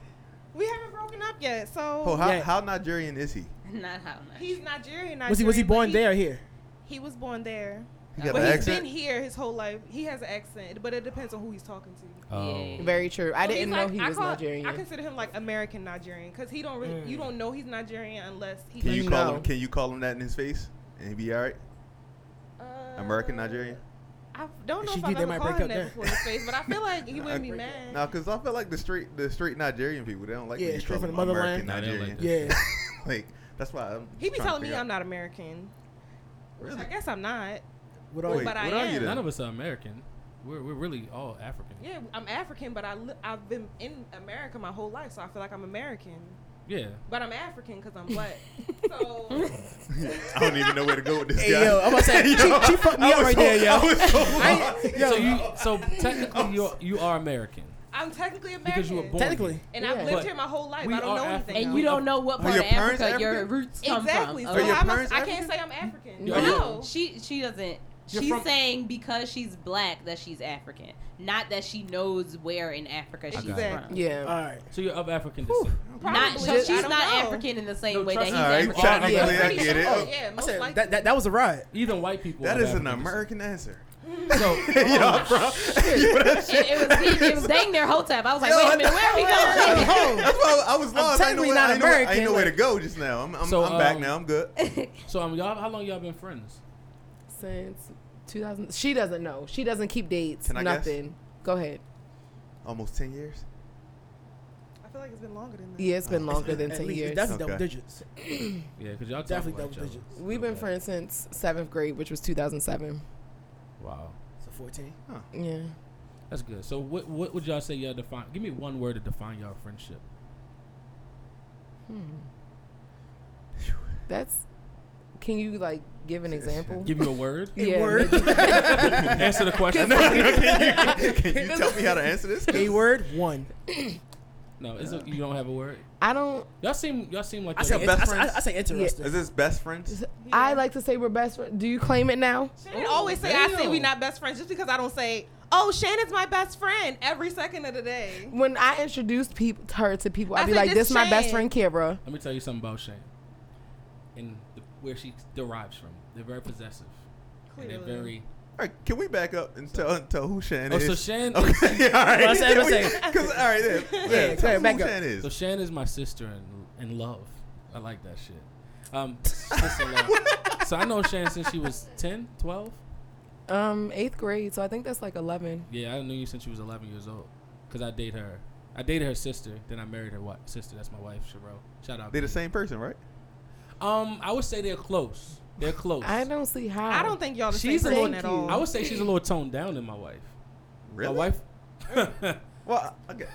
[SPEAKER 7] we haven't broken up yet, so
[SPEAKER 3] Oh, how,
[SPEAKER 4] Yeah.
[SPEAKER 3] how Nigerian is he?
[SPEAKER 5] Not how much.
[SPEAKER 7] he's Nigerian. Nigerian
[SPEAKER 4] Was he was he
[SPEAKER 7] but
[SPEAKER 4] born there or here?
[SPEAKER 7] He was born there,
[SPEAKER 3] He got
[SPEAKER 7] but
[SPEAKER 3] an
[SPEAKER 7] he's
[SPEAKER 3] accent.
[SPEAKER 7] been here his whole life. He has an accent, but it depends on who he's talking to.
[SPEAKER 2] Oh.
[SPEAKER 5] Yeah.
[SPEAKER 6] Very true. I
[SPEAKER 7] So
[SPEAKER 6] didn't
[SPEAKER 7] he's
[SPEAKER 6] know
[SPEAKER 7] like-
[SPEAKER 6] he
[SPEAKER 7] I
[SPEAKER 6] was
[SPEAKER 7] call-
[SPEAKER 6] Nigerian.
[SPEAKER 7] I consider him like American Nigerian because he don't really. You don't know he's Nigerian unless he.
[SPEAKER 3] Can you
[SPEAKER 6] No.
[SPEAKER 3] call him? Can you call him that in his face? And he be all right.
[SPEAKER 7] Uh,
[SPEAKER 3] American Nigerian.
[SPEAKER 7] I don't know
[SPEAKER 4] She
[SPEAKER 7] if
[SPEAKER 4] did,
[SPEAKER 7] I've
[SPEAKER 4] they
[SPEAKER 7] ever
[SPEAKER 4] might
[SPEAKER 7] called
[SPEAKER 4] break
[SPEAKER 7] him
[SPEAKER 4] up
[SPEAKER 7] that
[SPEAKER 4] there.
[SPEAKER 7] before in his face, but I feel like he wouldn't be mad.
[SPEAKER 3] No, because I feel like the straight the straight Nigerian people they don't like.
[SPEAKER 4] Yeah,
[SPEAKER 3] when you
[SPEAKER 4] straight
[SPEAKER 3] call
[SPEAKER 4] from
[SPEAKER 3] them
[SPEAKER 4] the
[SPEAKER 3] American
[SPEAKER 4] motherland.
[SPEAKER 2] Nah, they don't
[SPEAKER 3] Nigerian.
[SPEAKER 2] like
[SPEAKER 4] Yeah.
[SPEAKER 3] like that's why I'm.
[SPEAKER 7] He
[SPEAKER 3] trying
[SPEAKER 7] be
[SPEAKER 3] to
[SPEAKER 7] telling me
[SPEAKER 3] figure
[SPEAKER 7] I'm not American.
[SPEAKER 3] out-
[SPEAKER 7] I
[SPEAKER 3] Really?
[SPEAKER 7] guess I'm not.
[SPEAKER 4] What are
[SPEAKER 3] Wait,
[SPEAKER 4] you?
[SPEAKER 7] but I
[SPEAKER 3] what are you
[SPEAKER 7] am.
[SPEAKER 3] then?
[SPEAKER 2] None of us are American. We're, we're really all African.
[SPEAKER 7] Yeah, I'm African, but I li- I've been in America my whole life, so I feel like I'm American.
[SPEAKER 2] Yeah.
[SPEAKER 7] But I'm African because I'm black. so
[SPEAKER 3] I don't even know where to go with this
[SPEAKER 4] Hey,
[SPEAKER 3] guy.
[SPEAKER 4] yo, I'm about to say,
[SPEAKER 3] Yo,
[SPEAKER 4] she- she fucked me
[SPEAKER 3] I
[SPEAKER 4] up
[SPEAKER 3] was
[SPEAKER 4] right
[SPEAKER 3] so-
[SPEAKER 4] there, yo.
[SPEAKER 3] I was so
[SPEAKER 2] So you so technically you are, you are American
[SPEAKER 7] I'm technically American.
[SPEAKER 2] because you were born
[SPEAKER 4] Technically.
[SPEAKER 2] here.
[SPEAKER 7] And
[SPEAKER 6] Yeah.
[SPEAKER 7] I've lived
[SPEAKER 2] But
[SPEAKER 7] here my whole life.
[SPEAKER 2] we
[SPEAKER 7] I don't know
[SPEAKER 2] are
[SPEAKER 7] anything.
[SPEAKER 2] African.
[SPEAKER 5] And
[SPEAKER 7] else.
[SPEAKER 5] you don't know what
[SPEAKER 3] Are
[SPEAKER 5] part
[SPEAKER 3] your
[SPEAKER 5] of
[SPEAKER 3] parents
[SPEAKER 5] Africa your
[SPEAKER 3] African?
[SPEAKER 5] roots come
[SPEAKER 7] Exactly.
[SPEAKER 5] from.
[SPEAKER 7] So
[SPEAKER 3] Are your
[SPEAKER 7] I'm a,
[SPEAKER 3] parents
[SPEAKER 7] I can't
[SPEAKER 3] African?
[SPEAKER 7] say I'm African.
[SPEAKER 2] Are you-
[SPEAKER 7] No.
[SPEAKER 5] She she doesn't.
[SPEAKER 2] You're
[SPEAKER 5] she's
[SPEAKER 2] from-
[SPEAKER 5] saying because she's black that she's African, not that she knows where in Africa she's
[SPEAKER 7] Exactly.
[SPEAKER 5] from.
[SPEAKER 4] All
[SPEAKER 6] yeah.
[SPEAKER 4] right.
[SPEAKER 2] So you're of African descent.
[SPEAKER 5] Not,
[SPEAKER 7] Probably.
[SPEAKER 5] so
[SPEAKER 7] I
[SPEAKER 5] she's
[SPEAKER 7] don't
[SPEAKER 5] not
[SPEAKER 7] know.
[SPEAKER 5] African in the same
[SPEAKER 2] No,
[SPEAKER 5] way that
[SPEAKER 2] trust
[SPEAKER 5] he's
[SPEAKER 2] me.
[SPEAKER 3] All right,
[SPEAKER 5] African.
[SPEAKER 3] technically
[SPEAKER 6] Yeah,
[SPEAKER 3] I
[SPEAKER 7] Pretty
[SPEAKER 3] get it.
[SPEAKER 7] sure.
[SPEAKER 3] Oh,
[SPEAKER 7] Yeah,
[SPEAKER 4] I
[SPEAKER 7] most
[SPEAKER 4] said
[SPEAKER 7] likely.
[SPEAKER 4] that, that that was a ride.
[SPEAKER 2] Even white people.
[SPEAKER 3] That
[SPEAKER 2] are of
[SPEAKER 3] is an
[SPEAKER 2] African descent.
[SPEAKER 3] American answer.
[SPEAKER 4] Oh,
[SPEAKER 2] So
[SPEAKER 3] Yeah, bro.
[SPEAKER 5] It, it was it was dang near whole time. I was like,
[SPEAKER 3] Yo,
[SPEAKER 5] wait a minute, where are we going?
[SPEAKER 3] That's why I was lost. I ain't know
[SPEAKER 4] technically
[SPEAKER 3] where,
[SPEAKER 4] not
[SPEAKER 3] I ain't know where- I
[SPEAKER 4] American,
[SPEAKER 3] ain't know where to
[SPEAKER 4] like-
[SPEAKER 3] go just now. I'm, I'm,
[SPEAKER 2] So,
[SPEAKER 3] I'm back
[SPEAKER 2] um,
[SPEAKER 3] now. I'm good.
[SPEAKER 2] so um, y'all how long y'all been friends?
[SPEAKER 6] Since 2000, she doesn't know. She doesn't keep dates.
[SPEAKER 3] Can I guess?
[SPEAKER 6] nothing. Go ahead.
[SPEAKER 3] Almost ten years.
[SPEAKER 7] I feel like it's been longer than that.
[SPEAKER 6] Yeah, it's been longer than
[SPEAKER 4] At
[SPEAKER 6] 10
[SPEAKER 4] least,
[SPEAKER 6] years.
[SPEAKER 4] Definitely
[SPEAKER 3] Okay.
[SPEAKER 4] double digits.
[SPEAKER 2] Yeah, because y'all talk
[SPEAKER 4] Definitely
[SPEAKER 2] about
[SPEAKER 4] double
[SPEAKER 2] each other.
[SPEAKER 4] digits.
[SPEAKER 6] We've been
[SPEAKER 2] Okay.
[SPEAKER 6] friends since seventh grade, which was 2007.
[SPEAKER 2] Wow,
[SPEAKER 4] So 14.
[SPEAKER 6] Yeah.
[SPEAKER 2] that's good. So what what would y'all say y'all define? Give me one word to define y'all friendship.
[SPEAKER 6] That's. Can you, like, give an example?
[SPEAKER 2] Give me a word.
[SPEAKER 6] yeah.
[SPEAKER 4] word.
[SPEAKER 6] maybe-
[SPEAKER 2] Answer the question.
[SPEAKER 3] Can you tell me how to answer this? 'Cause
[SPEAKER 4] A word one.
[SPEAKER 2] no, it's a, you don't have a word.
[SPEAKER 6] I don't.
[SPEAKER 2] Y'all seem y'all seem like
[SPEAKER 4] I
[SPEAKER 2] y'all-
[SPEAKER 4] say,
[SPEAKER 3] best
[SPEAKER 4] I, say-
[SPEAKER 3] friends?
[SPEAKER 4] I say interesting.
[SPEAKER 3] Is this best friends?
[SPEAKER 6] I like to say we're best friends. Do you claim it now?
[SPEAKER 7] Shannon always say I say we not best friends just because I don't say, oh, Shannon's my best friend every second of the day.
[SPEAKER 6] When I introduced peop her to people, I'd
[SPEAKER 7] I
[SPEAKER 6] be
[SPEAKER 7] said,
[SPEAKER 6] like,
[SPEAKER 7] "This
[SPEAKER 6] this is my best
[SPEAKER 7] Shane."
[SPEAKER 6] friend, Kira.
[SPEAKER 2] Let me tell you something about Shane and the, where she derives from. They're very possessive. And they're very.
[SPEAKER 3] All right, can we back up and tell, tell who Shan
[SPEAKER 2] Oh,
[SPEAKER 3] is?
[SPEAKER 2] so Shan.
[SPEAKER 3] Okay, all right.
[SPEAKER 4] I said- I
[SPEAKER 3] Can we-
[SPEAKER 4] said-
[SPEAKER 3] 'cause- all right, yeah.
[SPEAKER 4] Yeah,
[SPEAKER 3] yeah,
[SPEAKER 4] go
[SPEAKER 3] tell
[SPEAKER 4] ahead,
[SPEAKER 3] us
[SPEAKER 4] back
[SPEAKER 3] who
[SPEAKER 4] up.
[SPEAKER 3] Shan
[SPEAKER 2] So
[SPEAKER 3] is.
[SPEAKER 2] Shan is my sister in, in love. I like that shit. Um, sister in love. So I know Shan since she was 10, 12.
[SPEAKER 6] Um, eighth grade, so I think that's like 11.
[SPEAKER 2] Yeah, I knew you since she was 11 years old. Because I date her. I dated her sister. Then I married her wi sister. That's my wife, Sherelle. Shout out.
[SPEAKER 3] They're the same person, right?
[SPEAKER 2] Um, I would say they're close. They're close.
[SPEAKER 6] I don't see how.
[SPEAKER 7] I don't think y'all the
[SPEAKER 2] She's
[SPEAKER 7] same
[SPEAKER 2] a
[SPEAKER 7] person
[SPEAKER 6] little-
[SPEAKER 7] at all.
[SPEAKER 2] I would say she's a little toned down than my wife.
[SPEAKER 3] Really?
[SPEAKER 2] My wife.
[SPEAKER 3] Well, okay.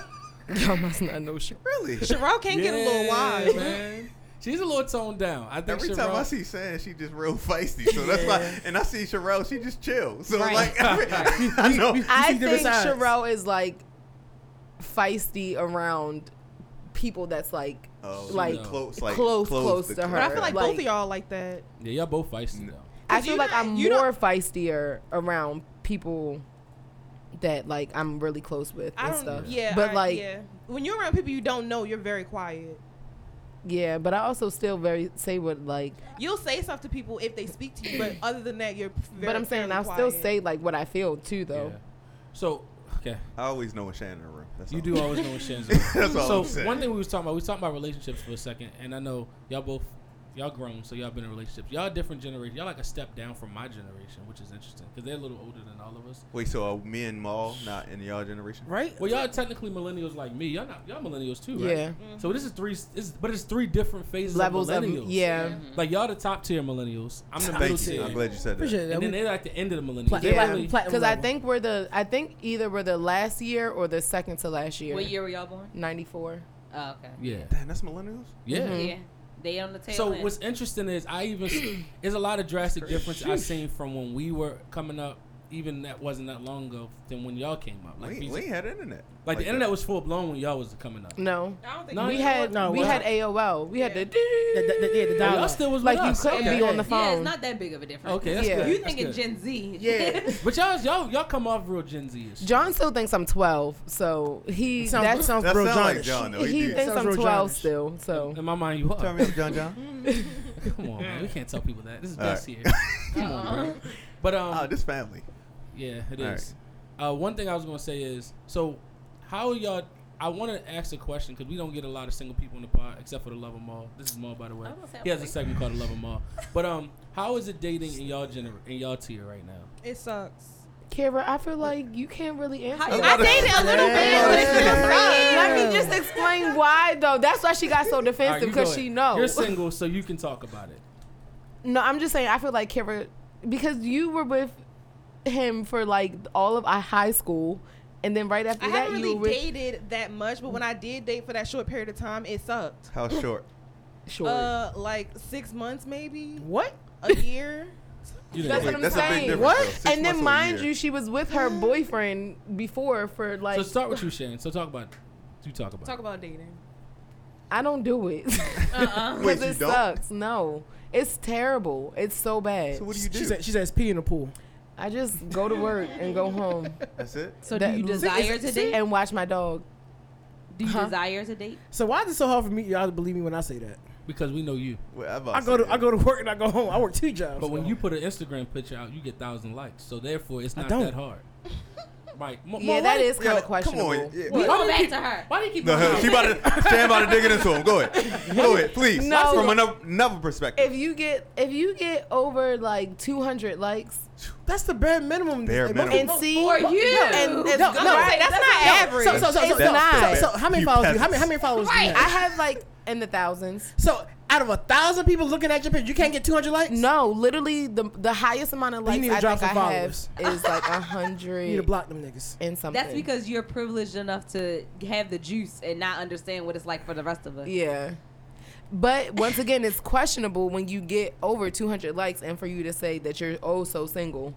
[SPEAKER 6] Y'all must not know shit.
[SPEAKER 3] Really?
[SPEAKER 7] Sherelle can get a little
[SPEAKER 2] Yeah,
[SPEAKER 7] wild.
[SPEAKER 2] man. She's a little toned down. I think
[SPEAKER 3] Every
[SPEAKER 2] Sherelle,
[SPEAKER 3] time I see Shan, she just real feisty. So that's why. And I see Sherelle, she just chill. So
[SPEAKER 5] Right.
[SPEAKER 3] like, every- I know.
[SPEAKER 6] I
[SPEAKER 4] see different
[SPEAKER 6] think
[SPEAKER 4] sides.
[SPEAKER 6] Sherelle is like feisty around people that's like
[SPEAKER 3] Oh,
[SPEAKER 6] like,
[SPEAKER 3] close,
[SPEAKER 6] close,
[SPEAKER 3] like,
[SPEAKER 6] close,
[SPEAKER 3] close to
[SPEAKER 6] to her.
[SPEAKER 7] But I feel like,
[SPEAKER 6] like
[SPEAKER 7] both of y'all like that.
[SPEAKER 2] yeah, y'all both feisty though.
[SPEAKER 6] I
[SPEAKER 7] Cause you
[SPEAKER 6] feel like
[SPEAKER 7] not-
[SPEAKER 6] I'm
[SPEAKER 7] you
[SPEAKER 6] more feistier around people that like I'm really close with
[SPEAKER 7] I
[SPEAKER 6] and
[SPEAKER 7] don't.
[SPEAKER 6] stuff.
[SPEAKER 7] Yeah,
[SPEAKER 6] but
[SPEAKER 7] I-
[SPEAKER 6] like
[SPEAKER 7] yeah. when you're around people you don't know, you're very quiet.
[SPEAKER 6] yeah, but I also still very say what like.
[SPEAKER 7] You'll say stuff to people if they speak to you, but other than that, you're. Very,
[SPEAKER 6] but I'm saying
[SPEAKER 7] fairly
[SPEAKER 6] I'll
[SPEAKER 7] quiet.
[SPEAKER 6] still say like what I feel too though.
[SPEAKER 2] Yeah. So okay,
[SPEAKER 3] I always know when Shannon in the room. That's
[SPEAKER 2] you
[SPEAKER 3] all.
[SPEAKER 2] do always know what Shan's. doing.
[SPEAKER 3] That's all
[SPEAKER 2] so
[SPEAKER 3] I'm saying.
[SPEAKER 2] one thing we was talking about, we was talking about relationships for a second, and I know y'all both, y'all grown, so y'all been in relationships. Y'all different generation. Y'all like a step down from my generation, which is interesting because they're a little older than all of us.
[SPEAKER 3] Wait, so are me and Maul not in y'all generation?
[SPEAKER 4] right?
[SPEAKER 2] Well, y'all are technically millennials like me. Y'all not, y'all millennials too, right?
[SPEAKER 6] Yeah.
[SPEAKER 2] So this is three, this is, but it's three different phases
[SPEAKER 6] Levels
[SPEAKER 2] of
[SPEAKER 6] of
[SPEAKER 2] millennials.
[SPEAKER 6] yeah.
[SPEAKER 2] Like y'all the top tier millennials. I'm the middle
[SPEAKER 3] Thank you.
[SPEAKER 2] tier.
[SPEAKER 3] I'm glad you said that.
[SPEAKER 4] Appreciate that.
[SPEAKER 2] And then
[SPEAKER 4] We-
[SPEAKER 2] they're like the end of the millennials. They're
[SPEAKER 6] Yeah,
[SPEAKER 2] really-
[SPEAKER 4] Platinum-
[SPEAKER 6] because I
[SPEAKER 4] level.
[SPEAKER 6] think we're the I think either we're the last year or the second to last year.
[SPEAKER 5] What year were y'all born?
[SPEAKER 6] Ninety four.
[SPEAKER 5] Oh, okay.
[SPEAKER 2] yeah,
[SPEAKER 3] Damn, that's millennials.
[SPEAKER 2] yeah.
[SPEAKER 6] Mm-hmm.
[SPEAKER 5] Yeah. They on the tail
[SPEAKER 2] Mm-hmm. So
[SPEAKER 5] end.
[SPEAKER 2] what's interesting is I even there's a lot of drastic difference I've seen from when we were coming up, even that wasn't that long ago than when y'all came up. Like,
[SPEAKER 3] we,
[SPEAKER 2] these-
[SPEAKER 3] we ain't had internet.
[SPEAKER 2] like the internet was full blown when y'all was coming up.
[SPEAKER 6] No.
[SPEAKER 7] I don't think
[SPEAKER 2] No,
[SPEAKER 6] We
[SPEAKER 2] you
[SPEAKER 6] had
[SPEAKER 4] No,
[SPEAKER 6] we
[SPEAKER 4] well-
[SPEAKER 6] had AOL. We had the,
[SPEAKER 4] The, the, the, yeah, the
[SPEAKER 2] Oh,
[SPEAKER 4] dialogue.
[SPEAKER 2] y'all still was
[SPEAKER 6] like
[SPEAKER 2] with
[SPEAKER 6] you
[SPEAKER 2] us.
[SPEAKER 6] couldn't
[SPEAKER 2] Okay.
[SPEAKER 6] be on the
[SPEAKER 5] yeah, it's
[SPEAKER 6] phone.
[SPEAKER 5] not that big of a difference.
[SPEAKER 2] Okay, that's
[SPEAKER 6] Yeah.
[SPEAKER 2] good.
[SPEAKER 5] You
[SPEAKER 2] That's
[SPEAKER 5] thinking
[SPEAKER 2] good.
[SPEAKER 5] Gen Z?
[SPEAKER 6] Yeah.
[SPEAKER 2] But y'all y'all y'all come off real Gen Z.
[SPEAKER 6] John still thinks I'm twelve, so he
[SPEAKER 4] It sounds, that
[SPEAKER 6] that's
[SPEAKER 4] sounds
[SPEAKER 3] That
[SPEAKER 4] real
[SPEAKER 3] sound like
[SPEAKER 4] Johnish.
[SPEAKER 3] John though.
[SPEAKER 6] he,
[SPEAKER 3] He, did.
[SPEAKER 6] thinks
[SPEAKER 4] Sounds
[SPEAKER 6] I'm
[SPEAKER 4] real
[SPEAKER 6] twelve
[SPEAKER 4] Johnish.
[SPEAKER 6] still. So
[SPEAKER 2] In my mind, you
[SPEAKER 3] Tell
[SPEAKER 2] are.
[SPEAKER 3] me, John John.
[SPEAKER 2] Come on, man. We can't tell people that. This is
[SPEAKER 3] All right.
[SPEAKER 2] best here. Come on, bro. But um,
[SPEAKER 3] Oh, this family.
[SPEAKER 2] Yeah, it
[SPEAKER 3] All
[SPEAKER 2] is. Uh, one thing I was gonna say is, so how y'all? I want to ask a question because we don't get a lot of single people in the pod, except for the Love 'Em All. This is Maul, by the way.
[SPEAKER 5] I was gonna say,
[SPEAKER 2] He has a
[SPEAKER 5] okay.
[SPEAKER 2] segment called the Love 'Em All. But um, how is it dating in y'all gener- in y'all tier right now?
[SPEAKER 7] it sucks.
[SPEAKER 6] Kira, I feel like you can't really answer.
[SPEAKER 5] How
[SPEAKER 6] that.
[SPEAKER 5] you
[SPEAKER 7] I dated a little bit, but it's just
[SPEAKER 6] Let me just explain why though. That's why she got so
[SPEAKER 2] All right,
[SPEAKER 6] defensive
[SPEAKER 2] you
[SPEAKER 6] because
[SPEAKER 2] go
[SPEAKER 6] she
[SPEAKER 2] ahead.
[SPEAKER 6] knows.
[SPEAKER 2] you're single, so you can talk about it.
[SPEAKER 6] No, I'm just saying. I feel like Kara because you were with him for like all of our high school, and then right after
[SPEAKER 7] I
[SPEAKER 6] that
[SPEAKER 7] haven't
[SPEAKER 6] you
[SPEAKER 7] really
[SPEAKER 6] were with
[SPEAKER 7] dated that much, but when I did date for that short period of time, it sucked.
[SPEAKER 3] How short?
[SPEAKER 6] Short.
[SPEAKER 7] Uh, like six months maybe,
[SPEAKER 4] What?
[SPEAKER 7] a year.
[SPEAKER 2] You didn't-
[SPEAKER 6] That's what I'm
[SPEAKER 3] that's a big
[SPEAKER 6] saying.
[SPEAKER 3] difference.
[SPEAKER 6] What?
[SPEAKER 3] though. Six months
[SPEAKER 6] and then
[SPEAKER 3] to a
[SPEAKER 6] mind
[SPEAKER 3] year.
[SPEAKER 6] you, she was with her boyfriend before for like
[SPEAKER 2] so start with you, Shannon. So talk about. You talk about.
[SPEAKER 7] Talk
[SPEAKER 2] Talk
[SPEAKER 7] about dating.
[SPEAKER 6] I don't do it
[SPEAKER 5] Uh-uh.
[SPEAKER 3] Wait,
[SPEAKER 6] because
[SPEAKER 3] you
[SPEAKER 6] it
[SPEAKER 3] don't?
[SPEAKER 6] sucks. No, it's terrible. It's so bad.
[SPEAKER 3] So what do you
[SPEAKER 4] She
[SPEAKER 3] do?
[SPEAKER 4] said, she says pee in the pool.
[SPEAKER 6] I just go to work and go home
[SPEAKER 3] That's it.
[SPEAKER 5] So
[SPEAKER 6] That-
[SPEAKER 5] do you
[SPEAKER 6] Is-
[SPEAKER 5] desire to date?
[SPEAKER 6] and watch my dog.
[SPEAKER 5] Do you
[SPEAKER 6] Huh?
[SPEAKER 5] desire to date?
[SPEAKER 4] So why is it so hard for me y'all to believe me when I say that?
[SPEAKER 2] because we know you.
[SPEAKER 3] Well, I'm about
[SPEAKER 4] I go to
[SPEAKER 3] Oh, say
[SPEAKER 4] I go to work and I go home. I work two jobs.
[SPEAKER 2] But when you put an Instagram picture out, you get thousand likes. So therefore, it's
[SPEAKER 4] I
[SPEAKER 2] not
[SPEAKER 4] don't.
[SPEAKER 2] that hard. Mike, Mo-
[SPEAKER 6] Yeah,
[SPEAKER 2] Mo,
[SPEAKER 6] that
[SPEAKER 2] why-
[SPEAKER 6] is kind
[SPEAKER 3] Yo,
[SPEAKER 6] of questionable.
[SPEAKER 3] Come on. yeah.
[SPEAKER 2] Why
[SPEAKER 5] Go
[SPEAKER 2] do you
[SPEAKER 5] back
[SPEAKER 2] keep-
[SPEAKER 5] to her.
[SPEAKER 2] Why do you keep?
[SPEAKER 3] No,
[SPEAKER 2] going
[SPEAKER 3] hell,
[SPEAKER 2] out?
[SPEAKER 3] she about to stand about to dig into him. Go ahead. Go ahead, please.
[SPEAKER 6] No.
[SPEAKER 3] From another, another perspective.
[SPEAKER 6] If you get if you get over like 200 likes,
[SPEAKER 4] that's the bare minimum.
[SPEAKER 3] Bare
[SPEAKER 4] Most-
[SPEAKER 3] minimum.
[SPEAKER 6] and see
[SPEAKER 5] For you.
[SPEAKER 6] and it's
[SPEAKER 5] No,
[SPEAKER 6] good.
[SPEAKER 7] no,
[SPEAKER 6] Right,
[SPEAKER 7] that's not average.
[SPEAKER 4] So so so so,
[SPEAKER 6] It's
[SPEAKER 4] so,
[SPEAKER 6] not.
[SPEAKER 4] so, so how many
[SPEAKER 3] You
[SPEAKER 4] followers? Do you, how
[SPEAKER 3] peasants.
[SPEAKER 4] many how many followers? Do you
[SPEAKER 5] Right.
[SPEAKER 6] I
[SPEAKER 4] have?
[SPEAKER 6] have like in the thousands.
[SPEAKER 4] So out of a thousand people looking at your picture, you can't get two hundred likes.
[SPEAKER 6] No, literally the the highest amount of likes
[SPEAKER 4] need to
[SPEAKER 6] I
[SPEAKER 4] drop
[SPEAKER 6] think I
[SPEAKER 4] some
[SPEAKER 6] have
[SPEAKER 4] followers.
[SPEAKER 6] is like a
[SPEAKER 4] you need to
[SPEAKER 6] hundred
[SPEAKER 4] block them niggas.
[SPEAKER 6] and something.
[SPEAKER 5] That's because you're privileged enough to have the juice and not understand what it's like for the rest of us.
[SPEAKER 6] yeah. But once again, it's questionable when you get over 200 likes and for you to say that you're oh so single.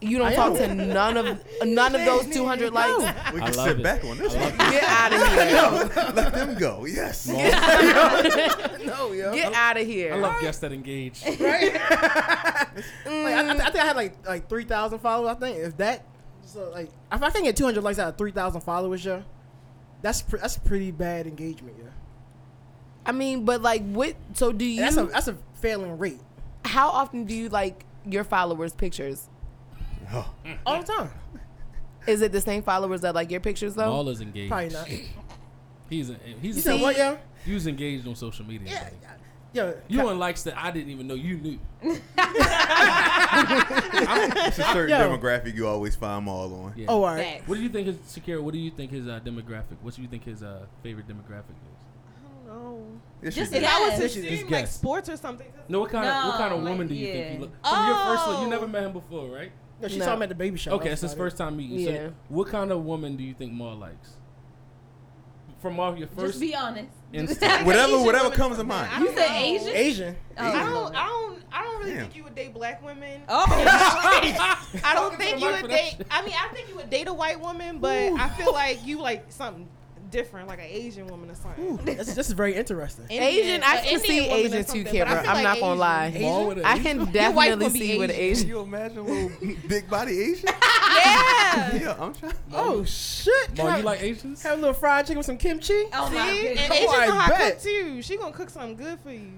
[SPEAKER 6] You don't
[SPEAKER 4] I
[SPEAKER 6] talk to
[SPEAKER 4] am.
[SPEAKER 6] none of none of those 200 likes.
[SPEAKER 3] we
[SPEAKER 2] I
[SPEAKER 3] can
[SPEAKER 2] love
[SPEAKER 3] sit
[SPEAKER 2] it.
[SPEAKER 3] back on this one.
[SPEAKER 6] Get out of here.
[SPEAKER 3] Let them go. Yes.
[SPEAKER 4] No, yo.
[SPEAKER 6] Get out of here.
[SPEAKER 2] I love guests that engage.
[SPEAKER 4] Like, I,
[SPEAKER 6] Mm.
[SPEAKER 4] I, th- I think I had like like three thousand followers. I think if that, so like if I can get two hundred likes out of three thousand followers, yeah, that's pre- that's pretty bad engagement, yeah.
[SPEAKER 6] I mean, but like what so do you
[SPEAKER 4] And that's a that's a failing rate
[SPEAKER 6] how often do you like your followers pictures?
[SPEAKER 3] Oh,
[SPEAKER 4] all the time.
[SPEAKER 6] Is it the same followers that like your pictures though?
[SPEAKER 2] Maul is engaged.
[SPEAKER 4] Probably not.
[SPEAKER 2] He's a, he's
[SPEAKER 4] You
[SPEAKER 2] a,
[SPEAKER 4] said what, yo?
[SPEAKER 2] You was engaged on social media.
[SPEAKER 4] Yeah,
[SPEAKER 2] buddy.
[SPEAKER 4] yo.
[SPEAKER 2] You on likes that I didn't even know you knew.
[SPEAKER 3] it's a certain
[SPEAKER 4] Yo.
[SPEAKER 3] demographic you always find them all on.
[SPEAKER 2] Yeah.
[SPEAKER 4] Oh, all right.
[SPEAKER 5] Facts.
[SPEAKER 2] What do you think his Shakira? What do you think his uh, demographic? What do you think his uh, favorite demographic is?
[SPEAKER 7] I don't know.
[SPEAKER 3] Yes, you
[SPEAKER 5] Just
[SPEAKER 3] do.
[SPEAKER 7] If I was to
[SPEAKER 5] Yes.
[SPEAKER 2] Just
[SPEAKER 7] assume like
[SPEAKER 2] guess.
[SPEAKER 7] sports or something.
[SPEAKER 2] No, what kind of what kind of
[SPEAKER 5] No,
[SPEAKER 2] woman do you
[SPEAKER 5] like,
[SPEAKER 2] think
[SPEAKER 5] yeah.
[SPEAKER 2] he look? From your first look, you
[SPEAKER 7] Oh.
[SPEAKER 2] never met him before, right?
[SPEAKER 4] No, she
[SPEAKER 6] No.
[SPEAKER 4] saw him at the baby shower.
[SPEAKER 2] okay, it's his
[SPEAKER 4] That's about
[SPEAKER 2] first time meeting. you.
[SPEAKER 6] Yeah.
[SPEAKER 2] So what kind of woman do you think Maul likes? From all your first
[SPEAKER 5] Just be honest.
[SPEAKER 2] instinct.
[SPEAKER 3] Whatever,
[SPEAKER 7] Asian
[SPEAKER 3] whatever
[SPEAKER 7] women
[SPEAKER 3] comes to
[SPEAKER 7] something.
[SPEAKER 3] mind.
[SPEAKER 7] I
[SPEAKER 5] You
[SPEAKER 7] don't
[SPEAKER 5] said
[SPEAKER 7] know.
[SPEAKER 4] it.
[SPEAKER 5] Asian?
[SPEAKER 4] Asian.
[SPEAKER 5] Oh.
[SPEAKER 7] I don't, I don't, I don't really
[SPEAKER 3] Damn.
[SPEAKER 7] think you would date black women.
[SPEAKER 5] Oh.
[SPEAKER 7] I don't think you would
[SPEAKER 2] Somebody
[SPEAKER 7] date.
[SPEAKER 2] for that
[SPEAKER 7] I mean, I think you would date a white woman, but I feel like you like something different, like an Asian woman or something.
[SPEAKER 4] Ooh, this, this is very interesting.
[SPEAKER 6] Asian, I
[SPEAKER 7] an
[SPEAKER 6] can see
[SPEAKER 7] woman or
[SPEAKER 6] Asian too,
[SPEAKER 7] something, but I
[SPEAKER 6] Kira.
[SPEAKER 7] feel
[SPEAKER 6] I'm
[SPEAKER 7] like
[SPEAKER 6] not gonna lie.
[SPEAKER 7] Asian.
[SPEAKER 2] Maul with a-
[SPEAKER 6] I can
[SPEAKER 7] wife
[SPEAKER 6] definitely
[SPEAKER 7] would be
[SPEAKER 6] see what
[SPEAKER 7] Asian.
[SPEAKER 6] Asian.
[SPEAKER 3] Can you imagine a little big body Asian?
[SPEAKER 7] Yeah, Yeah.
[SPEAKER 3] Yeah, I'm trying.
[SPEAKER 4] Oh shit! Can
[SPEAKER 2] Mom,
[SPEAKER 4] I
[SPEAKER 2] you like Asians?
[SPEAKER 4] have a little fried chicken with some kimchi?
[SPEAKER 5] Oh
[SPEAKER 7] See?
[SPEAKER 5] my goodness.
[SPEAKER 7] And
[SPEAKER 4] Oh,
[SPEAKER 7] Asians
[SPEAKER 4] I
[SPEAKER 7] know how to
[SPEAKER 4] bet.
[SPEAKER 7] cook too. She gonna cook something good for you.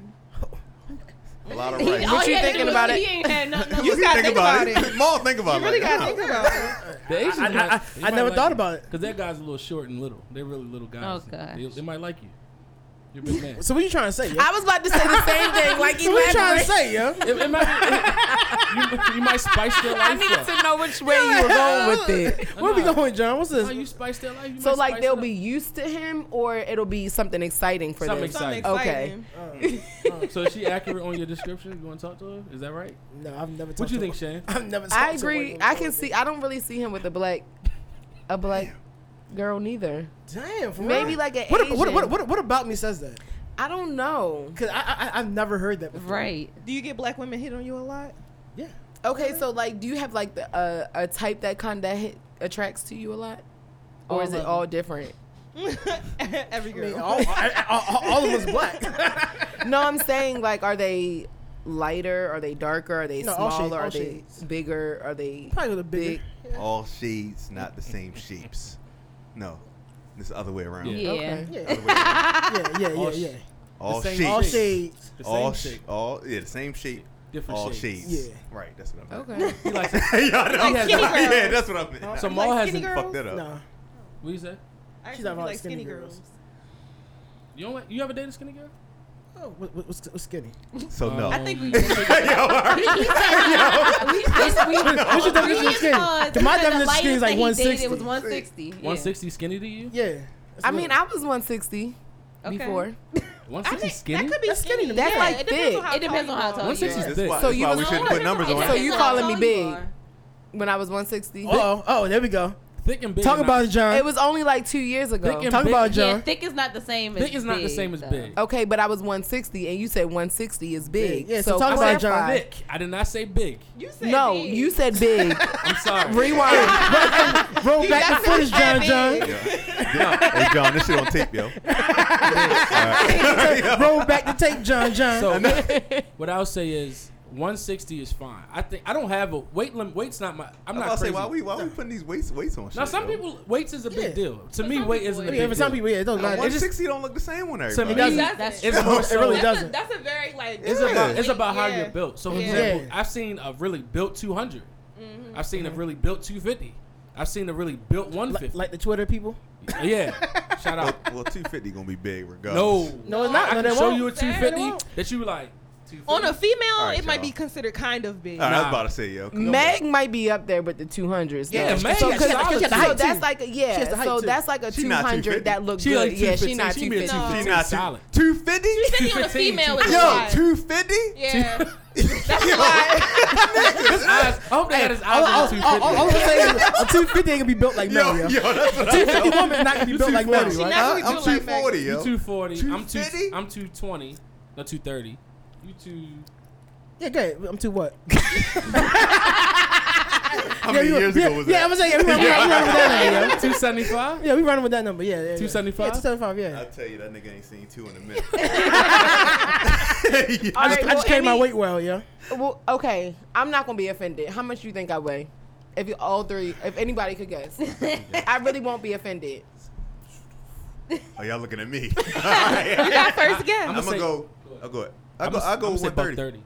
[SPEAKER 3] A lot of
[SPEAKER 6] He-
[SPEAKER 3] rice.
[SPEAKER 6] all you thinking about it?
[SPEAKER 5] He ain't had nothing.
[SPEAKER 7] You just gotta think about it.
[SPEAKER 3] Maul, think about
[SPEAKER 7] You
[SPEAKER 3] it.
[SPEAKER 7] really
[SPEAKER 3] Like,
[SPEAKER 7] gotta
[SPEAKER 3] oh.
[SPEAKER 7] think about it.
[SPEAKER 2] The Asians
[SPEAKER 4] I- I-
[SPEAKER 2] might-
[SPEAKER 4] I-
[SPEAKER 2] they
[SPEAKER 4] I
[SPEAKER 2] might
[SPEAKER 4] never
[SPEAKER 2] like
[SPEAKER 4] thought
[SPEAKER 2] you.
[SPEAKER 4] about it.
[SPEAKER 2] Cause that guy's a little short and little. They're really little guys.
[SPEAKER 5] Oh, gosh.
[SPEAKER 2] They, they might like you. You're a big man.
[SPEAKER 4] So what you trying to say? Yo?
[SPEAKER 6] I was about to say the same thing. Like,
[SPEAKER 4] so what you trying to
[SPEAKER 6] elaborate.
[SPEAKER 4] say, yo?
[SPEAKER 2] It- it might- you, you might spice their life
[SPEAKER 6] I needed
[SPEAKER 2] up.
[SPEAKER 6] to know which way you were going with it.
[SPEAKER 4] Where we going, John? What's this?
[SPEAKER 2] How you spice their life? You
[SPEAKER 6] So
[SPEAKER 2] might
[SPEAKER 6] like
[SPEAKER 2] spice
[SPEAKER 6] they'll
[SPEAKER 2] it
[SPEAKER 6] be used to him, or it'll be something exciting for
[SPEAKER 2] Something
[SPEAKER 6] them.
[SPEAKER 7] Something
[SPEAKER 2] Exciting.
[SPEAKER 7] exciting.
[SPEAKER 2] up. So is she accurate on your description? You want to talk to her? Is that right?
[SPEAKER 4] No, I've never.
[SPEAKER 2] What
[SPEAKER 4] talked
[SPEAKER 2] you
[SPEAKER 4] to
[SPEAKER 2] think,
[SPEAKER 4] a-
[SPEAKER 2] Shane?
[SPEAKER 4] I've never.
[SPEAKER 6] I
[SPEAKER 4] talked to a white
[SPEAKER 6] agree.
[SPEAKER 4] woman
[SPEAKER 6] I
[SPEAKER 4] before.
[SPEAKER 6] can see. I don't really see him with a black, a black girl neither.
[SPEAKER 4] Damn. For
[SPEAKER 6] Maybe
[SPEAKER 4] real?
[SPEAKER 6] like an
[SPEAKER 4] What,
[SPEAKER 6] Asian.
[SPEAKER 4] what, what, what, what about me says that?
[SPEAKER 6] I don't know.
[SPEAKER 4] Because I, I, I- I've never heard that before.
[SPEAKER 5] Right.
[SPEAKER 7] Do you get black women hit on you a lot?
[SPEAKER 4] Yeah.
[SPEAKER 6] Okay, so like, do you have like the, uh, a type that kind of hit, attracts to you a lot, or
[SPEAKER 4] All
[SPEAKER 6] is
[SPEAKER 4] of
[SPEAKER 6] it
[SPEAKER 4] them.
[SPEAKER 6] all different?
[SPEAKER 7] Every
[SPEAKER 4] I mean,
[SPEAKER 7] girl.
[SPEAKER 4] all, I- I- all- all of us black.
[SPEAKER 6] no, I'm saying like, are they lighter? Are they darker? Are they
[SPEAKER 4] No, all shades,
[SPEAKER 6] smaller?
[SPEAKER 4] all
[SPEAKER 6] are they
[SPEAKER 4] shades.
[SPEAKER 6] bigger? Are they
[SPEAKER 4] Probably the bigger.
[SPEAKER 6] big?
[SPEAKER 3] All shades, not the same shapes. No, this is the other way around.
[SPEAKER 2] Yeah.
[SPEAKER 5] Yeah.
[SPEAKER 6] Okay.
[SPEAKER 4] Yeah,
[SPEAKER 3] Other way around.
[SPEAKER 4] yeah, yeah, yeah,
[SPEAKER 2] All sh-
[SPEAKER 4] yeah.
[SPEAKER 3] All
[SPEAKER 2] The same
[SPEAKER 3] shapes.
[SPEAKER 4] All
[SPEAKER 2] shape.
[SPEAKER 4] shades.
[SPEAKER 2] The
[SPEAKER 3] all
[SPEAKER 2] same
[SPEAKER 3] sh-
[SPEAKER 2] shape.
[SPEAKER 3] all yeah, the same shape.
[SPEAKER 2] Different
[SPEAKER 3] all
[SPEAKER 2] shades.
[SPEAKER 3] shades.
[SPEAKER 4] Yeah.
[SPEAKER 3] Right, that's what I meant.
[SPEAKER 6] Okay.
[SPEAKER 2] He likes it.
[SPEAKER 3] yeah, I know.
[SPEAKER 7] Like
[SPEAKER 3] yeah,
[SPEAKER 7] skinny girls.
[SPEAKER 3] that's what I meant.
[SPEAKER 2] So
[SPEAKER 7] You
[SPEAKER 2] Maul
[SPEAKER 7] like
[SPEAKER 2] hasn't
[SPEAKER 7] skinny
[SPEAKER 3] fuck
[SPEAKER 7] girls?
[SPEAKER 3] that up.
[SPEAKER 4] Nah.
[SPEAKER 2] What you say?
[SPEAKER 7] I
[SPEAKER 4] She's
[SPEAKER 7] actually
[SPEAKER 4] not
[SPEAKER 7] be
[SPEAKER 4] about
[SPEAKER 7] like
[SPEAKER 4] skinny
[SPEAKER 7] skinny
[SPEAKER 4] girls.
[SPEAKER 7] girls.
[SPEAKER 2] You don't like, you ever dated a skinny girl?
[SPEAKER 4] Oh, what, what, what's, what's skinny?
[SPEAKER 3] So
[SPEAKER 2] Uh,
[SPEAKER 3] no.
[SPEAKER 5] I
[SPEAKER 2] Um,
[SPEAKER 5] think we.
[SPEAKER 4] What's your definition of
[SPEAKER 5] uh,
[SPEAKER 4] skinny? To my definition of skinny is like
[SPEAKER 5] It was
[SPEAKER 4] 160.
[SPEAKER 5] 160. yeah.
[SPEAKER 2] 160 skinny to you?
[SPEAKER 4] Yeah.
[SPEAKER 6] I mean, I was 160
[SPEAKER 5] Okay.
[SPEAKER 6] before.
[SPEAKER 2] 160 skinny?
[SPEAKER 7] That could be
[SPEAKER 4] That's skinny
[SPEAKER 7] skinny.
[SPEAKER 4] to me.
[SPEAKER 6] That's, like,
[SPEAKER 7] it depends
[SPEAKER 6] thick.
[SPEAKER 7] on how
[SPEAKER 5] It depends
[SPEAKER 7] tall
[SPEAKER 5] on how
[SPEAKER 7] you
[SPEAKER 3] Yeah,
[SPEAKER 5] tall you
[SPEAKER 7] are.
[SPEAKER 2] 160
[SPEAKER 3] that's
[SPEAKER 2] thick.
[SPEAKER 3] why,
[SPEAKER 6] So
[SPEAKER 3] that's
[SPEAKER 6] you
[SPEAKER 3] why
[SPEAKER 6] was-
[SPEAKER 3] we shouldn't put numbers on
[SPEAKER 6] So
[SPEAKER 3] it.
[SPEAKER 6] you
[SPEAKER 5] Depends on
[SPEAKER 6] calling
[SPEAKER 5] how
[SPEAKER 6] me
[SPEAKER 5] tall
[SPEAKER 6] big.
[SPEAKER 5] you are.
[SPEAKER 6] When I was 160,
[SPEAKER 4] Oh, oh, there we go.
[SPEAKER 2] Thick and big.
[SPEAKER 4] Talk
[SPEAKER 2] and
[SPEAKER 4] about it, John.
[SPEAKER 6] it was only like two years ago.
[SPEAKER 2] Thick and-
[SPEAKER 4] Talk about it,
[SPEAKER 5] Yeah,
[SPEAKER 4] John.
[SPEAKER 5] thick is not the same.
[SPEAKER 2] I,
[SPEAKER 5] as
[SPEAKER 2] thick is not the
[SPEAKER 5] big,
[SPEAKER 2] same as
[SPEAKER 5] though.
[SPEAKER 2] big.
[SPEAKER 6] okay, but I was 160, and you said 160 is big.
[SPEAKER 4] Yeah, so
[SPEAKER 6] so
[SPEAKER 4] talk about it, John.
[SPEAKER 6] clarify.
[SPEAKER 2] Thick. I did not say big.
[SPEAKER 7] You said
[SPEAKER 6] No,
[SPEAKER 7] big.
[SPEAKER 6] you said big.
[SPEAKER 2] I'm sorry.
[SPEAKER 6] Rewind.
[SPEAKER 4] Roll back the footage, John, John.
[SPEAKER 3] hey John, this shit on tape, yo.
[SPEAKER 4] Roll back the tape, John, John.
[SPEAKER 2] So what I'll say is 160 is fine. I think I don't have a weight limit. Weight's not my. I'm
[SPEAKER 3] I'm
[SPEAKER 2] not
[SPEAKER 3] about to say
[SPEAKER 2] crazy.
[SPEAKER 3] why we why we putting these weights weights on shit.
[SPEAKER 2] now some
[SPEAKER 3] yo?
[SPEAKER 2] people weights is a big
[SPEAKER 4] Yeah.
[SPEAKER 2] deal. To me,
[SPEAKER 5] some
[SPEAKER 2] weight
[SPEAKER 5] people
[SPEAKER 2] isn't a
[SPEAKER 5] it
[SPEAKER 2] big
[SPEAKER 4] yeah, for
[SPEAKER 2] deal.
[SPEAKER 4] some people, yeah, it don't matter. It just,
[SPEAKER 3] 160 don't logot the same on everybody.
[SPEAKER 2] it doesn't.
[SPEAKER 5] That's
[SPEAKER 2] It's
[SPEAKER 5] true.
[SPEAKER 2] more
[SPEAKER 4] It
[SPEAKER 2] so.
[SPEAKER 4] really
[SPEAKER 7] That's a,
[SPEAKER 4] doesn't.
[SPEAKER 7] that's a very like.
[SPEAKER 3] It's
[SPEAKER 7] Yeah.
[SPEAKER 3] about-
[SPEAKER 2] It's about how
[SPEAKER 7] Yeah.
[SPEAKER 2] you're built. So, for
[SPEAKER 7] Yeah.
[SPEAKER 2] example,
[SPEAKER 4] Yeah.
[SPEAKER 2] I've seen a really built 200. I've seen a really built 250. I've seen a really built
[SPEAKER 4] like,
[SPEAKER 2] 150.
[SPEAKER 4] like the Twitter people.
[SPEAKER 2] yeah. Shout
[SPEAKER 3] Well,
[SPEAKER 2] out.
[SPEAKER 3] well, 250 gonna be big regardless.
[SPEAKER 2] No.
[SPEAKER 4] No, it's
[SPEAKER 2] I
[SPEAKER 4] not. No,
[SPEAKER 2] can
[SPEAKER 4] they
[SPEAKER 2] show
[SPEAKER 4] won't.
[SPEAKER 2] you a
[SPEAKER 7] They won't.
[SPEAKER 2] 250 that you like. 250?
[SPEAKER 7] On a female,
[SPEAKER 3] right,
[SPEAKER 7] it might
[SPEAKER 3] y'all.
[SPEAKER 7] be considered kind of big.
[SPEAKER 3] All right, I was
[SPEAKER 2] Nah.
[SPEAKER 3] about to say yo. come on.
[SPEAKER 6] Meg might be up there with the 200s. though.
[SPEAKER 2] Yeah, man.
[SPEAKER 4] So,
[SPEAKER 2] yeah,
[SPEAKER 4] cause-
[SPEAKER 2] solid
[SPEAKER 4] cause-
[SPEAKER 2] too.
[SPEAKER 4] height,
[SPEAKER 6] So that's
[SPEAKER 4] too.
[SPEAKER 6] like a
[SPEAKER 4] She has
[SPEAKER 6] yeah.
[SPEAKER 4] the height,
[SPEAKER 6] So
[SPEAKER 4] too.
[SPEAKER 6] that's like a
[SPEAKER 3] She
[SPEAKER 6] two
[SPEAKER 3] not
[SPEAKER 6] hundred
[SPEAKER 3] 250.
[SPEAKER 6] that look
[SPEAKER 2] She
[SPEAKER 6] good.
[SPEAKER 2] like
[SPEAKER 6] yeah, she
[SPEAKER 2] 215.
[SPEAKER 6] not
[SPEAKER 2] She
[SPEAKER 6] two
[SPEAKER 2] be a
[SPEAKER 6] fifty.
[SPEAKER 2] two-
[SPEAKER 5] No.
[SPEAKER 3] She not
[SPEAKER 2] Solid.
[SPEAKER 3] 250.
[SPEAKER 5] Fifty on a
[SPEAKER 2] 215,
[SPEAKER 5] female is
[SPEAKER 3] Yo,
[SPEAKER 5] wide.
[SPEAKER 3] 250.
[SPEAKER 7] Yeah.
[SPEAKER 2] His eyes. I hope they had his eyes
[SPEAKER 4] oh,
[SPEAKER 2] on the
[SPEAKER 4] All, all, all I'm
[SPEAKER 2] 250.
[SPEAKER 4] saying is a 250 ain't gonna be built like
[SPEAKER 3] Yo,
[SPEAKER 4] Mary.
[SPEAKER 3] yo,
[SPEAKER 4] yo.
[SPEAKER 3] that's what I
[SPEAKER 4] 250 woman not gonna be built like Mary,
[SPEAKER 3] She
[SPEAKER 4] right?
[SPEAKER 7] not-
[SPEAKER 3] I,
[SPEAKER 7] we
[SPEAKER 3] I'm
[SPEAKER 7] do like
[SPEAKER 3] 240,
[SPEAKER 2] You
[SPEAKER 3] yo.
[SPEAKER 2] 240. I'm
[SPEAKER 3] 250?
[SPEAKER 2] 2. I'm 220. No, 230. You two.
[SPEAKER 4] Yeah, good. I'm too what?
[SPEAKER 3] How
[SPEAKER 4] yeah,
[SPEAKER 3] many
[SPEAKER 4] you-
[SPEAKER 3] years
[SPEAKER 4] yeah,
[SPEAKER 3] ago was
[SPEAKER 4] yeah, I'm
[SPEAKER 3] that?
[SPEAKER 4] gonna say yeah, we running, we running with that number. Yeah.
[SPEAKER 2] 275.
[SPEAKER 4] yeah,
[SPEAKER 2] 275?
[SPEAKER 4] we running with that number. Yeah, yeah, yeah. Yeah, 275. Yeah.
[SPEAKER 3] I'll tell you, that nigga ain't seen two in a minute.
[SPEAKER 6] All right,
[SPEAKER 4] I just carry my
[SPEAKER 6] any-
[SPEAKER 4] weight well, yeah.
[SPEAKER 6] Well, okay, I'm not gonna be offended. How much you think I weigh? If you all three, if anybody could guess, I really won't be offended.
[SPEAKER 3] Are Oh, y'all looking at me?
[SPEAKER 7] That first guess.
[SPEAKER 3] I'm gonna
[SPEAKER 2] say-
[SPEAKER 3] go. I'll go. I'll
[SPEAKER 2] I'ma
[SPEAKER 3] go.
[SPEAKER 2] s-
[SPEAKER 3] I'll go
[SPEAKER 2] I'ma say buck
[SPEAKER 3] 130.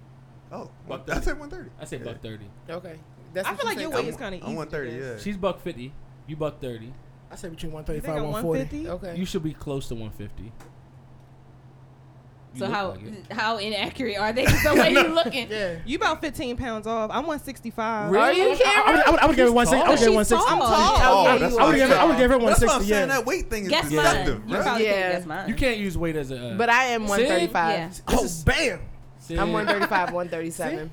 [SPEAKER 2] 30.
[SPEAKER 3] Oh,
[SPEAKER 2] Buck
[SPEAKER 3] I
[SPEAKER 2] 30.
[SPEAKER 3] said 130.
[SPEAKER 2] I say buck 30.
[SPEAKER 6] Okay, that's.
[SPEAKER 7] I
[SPEAKER 6] what
[SPEAKER 7] feel like
[SPEAKER 6] think.
[SPEAKER 7] your weight is kind of easy.
[SPEAKER 3] I'm
[SPEAKER 7] to
[SPEAKER 3] 130.
[SPEAKER 7] guess.
[SPEAKER 3] Yeah.
[SPEAKER 2] She's buck 50. You buck 30.
[SPEAKER 4] I say between
[SPEAKER 7] You
[SPEAKER 4] 135
[SPEAKER 7] think I'm
[SPEAKER 4] 140.
[SPEAKER 7] 150?
[SPEAKER 6] Okay.
[SPEAKER 2] You should be close to 150. You
[SPEAKER 5] So
[SPEAKER 2] look
[SPEAKER 5] how
[SPEAKER 2] like it.
[SPEAKER 5] how inaccurate are they? The way you looking.
[SPEAKER 4] Yeah.
[SPEAKER 7] You about 15 pounds off. I'm 165.
[SPEAKER 6] Are you kidding?
[SPEAKER 4] I, I, would- I, would- I would give her 160. I would
[SPEAKER 5] She's
[SPEAKER 4] give her
[SPEAKER 3] Oh,
[SPEAKER 4] 160.
[SPEAKER 5] tall.
[SPEAKER 6] yeah,
[SPEAKER 3] that's
[SPEAKER 6] you
[SPEAKER 3] what
[SPEAKER 4] I would
[SPEAKER 6] are.
[SPEAKER 4] give her, I would give her
[SPEAKER 3] That's why I'm
[SPEAKER 4] 160.
[SPEAKER 3] saying
[SPEAKER 4] Yeah.
[SPEAKER 3] that weight thing is
[SPEAKER 5] Guess
[SPEAKER 3] deceptive.
[SPEAKER 5] mine. You
[SPEAKER 3] bruh.
[SPEAKER 5] probably
[SPEAKER 6] Yeah.
[SPEAKER 5] think that's mine.
[SPEAKER 2] You can't use weight as a. Uh,
[SPEAKER 6] But I am
[SPEAKER 2] See?
[SPEAKER 6] 135.
[SPEAKER 4] Oh, bam.
[SPEAKER 2] Sid,
[SPEAKER 6] I'm 135, 137.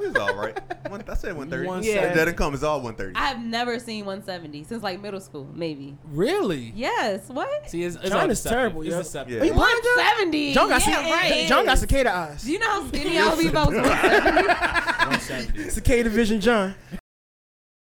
[SPEAKER 3] It's all right. One, I said 130.
[SPEAKER 6] Yeah.
[SPEAKER 3] That doesn't come. It's all 130.
[SPEAKER 5] I've never seen 170 since like middle school, maybe.
[SPEAKER 2] Really?
[SPEAKER 5] Yes. What?
[SPEAKER 2] See, it's, it's
[SPEAKER 4] John
[SPEAKER 2] all
[SPEAKER 4] is
[SPEAKER 2] deceptive.
[SPEAKER 4] terrible,
[SPEAKER 2] It's
[SPEAKER 4] yo.
[SPEAKER 2] deceptive.
[SPEAKER 3] Yeah. Are you
[SPEAKER 5] 170.
[SPEAKER 4] John got,
[SPEAKER 5] yeah,
[SPEAKER 4] cicada,
[SPEAKER 5] right.
[SPEAKER 4] John got cicada eyes.
[SPEAKER 5] Do you know how skinny I'll be about 170?
[SPEAKER 4] Cicada vision, John.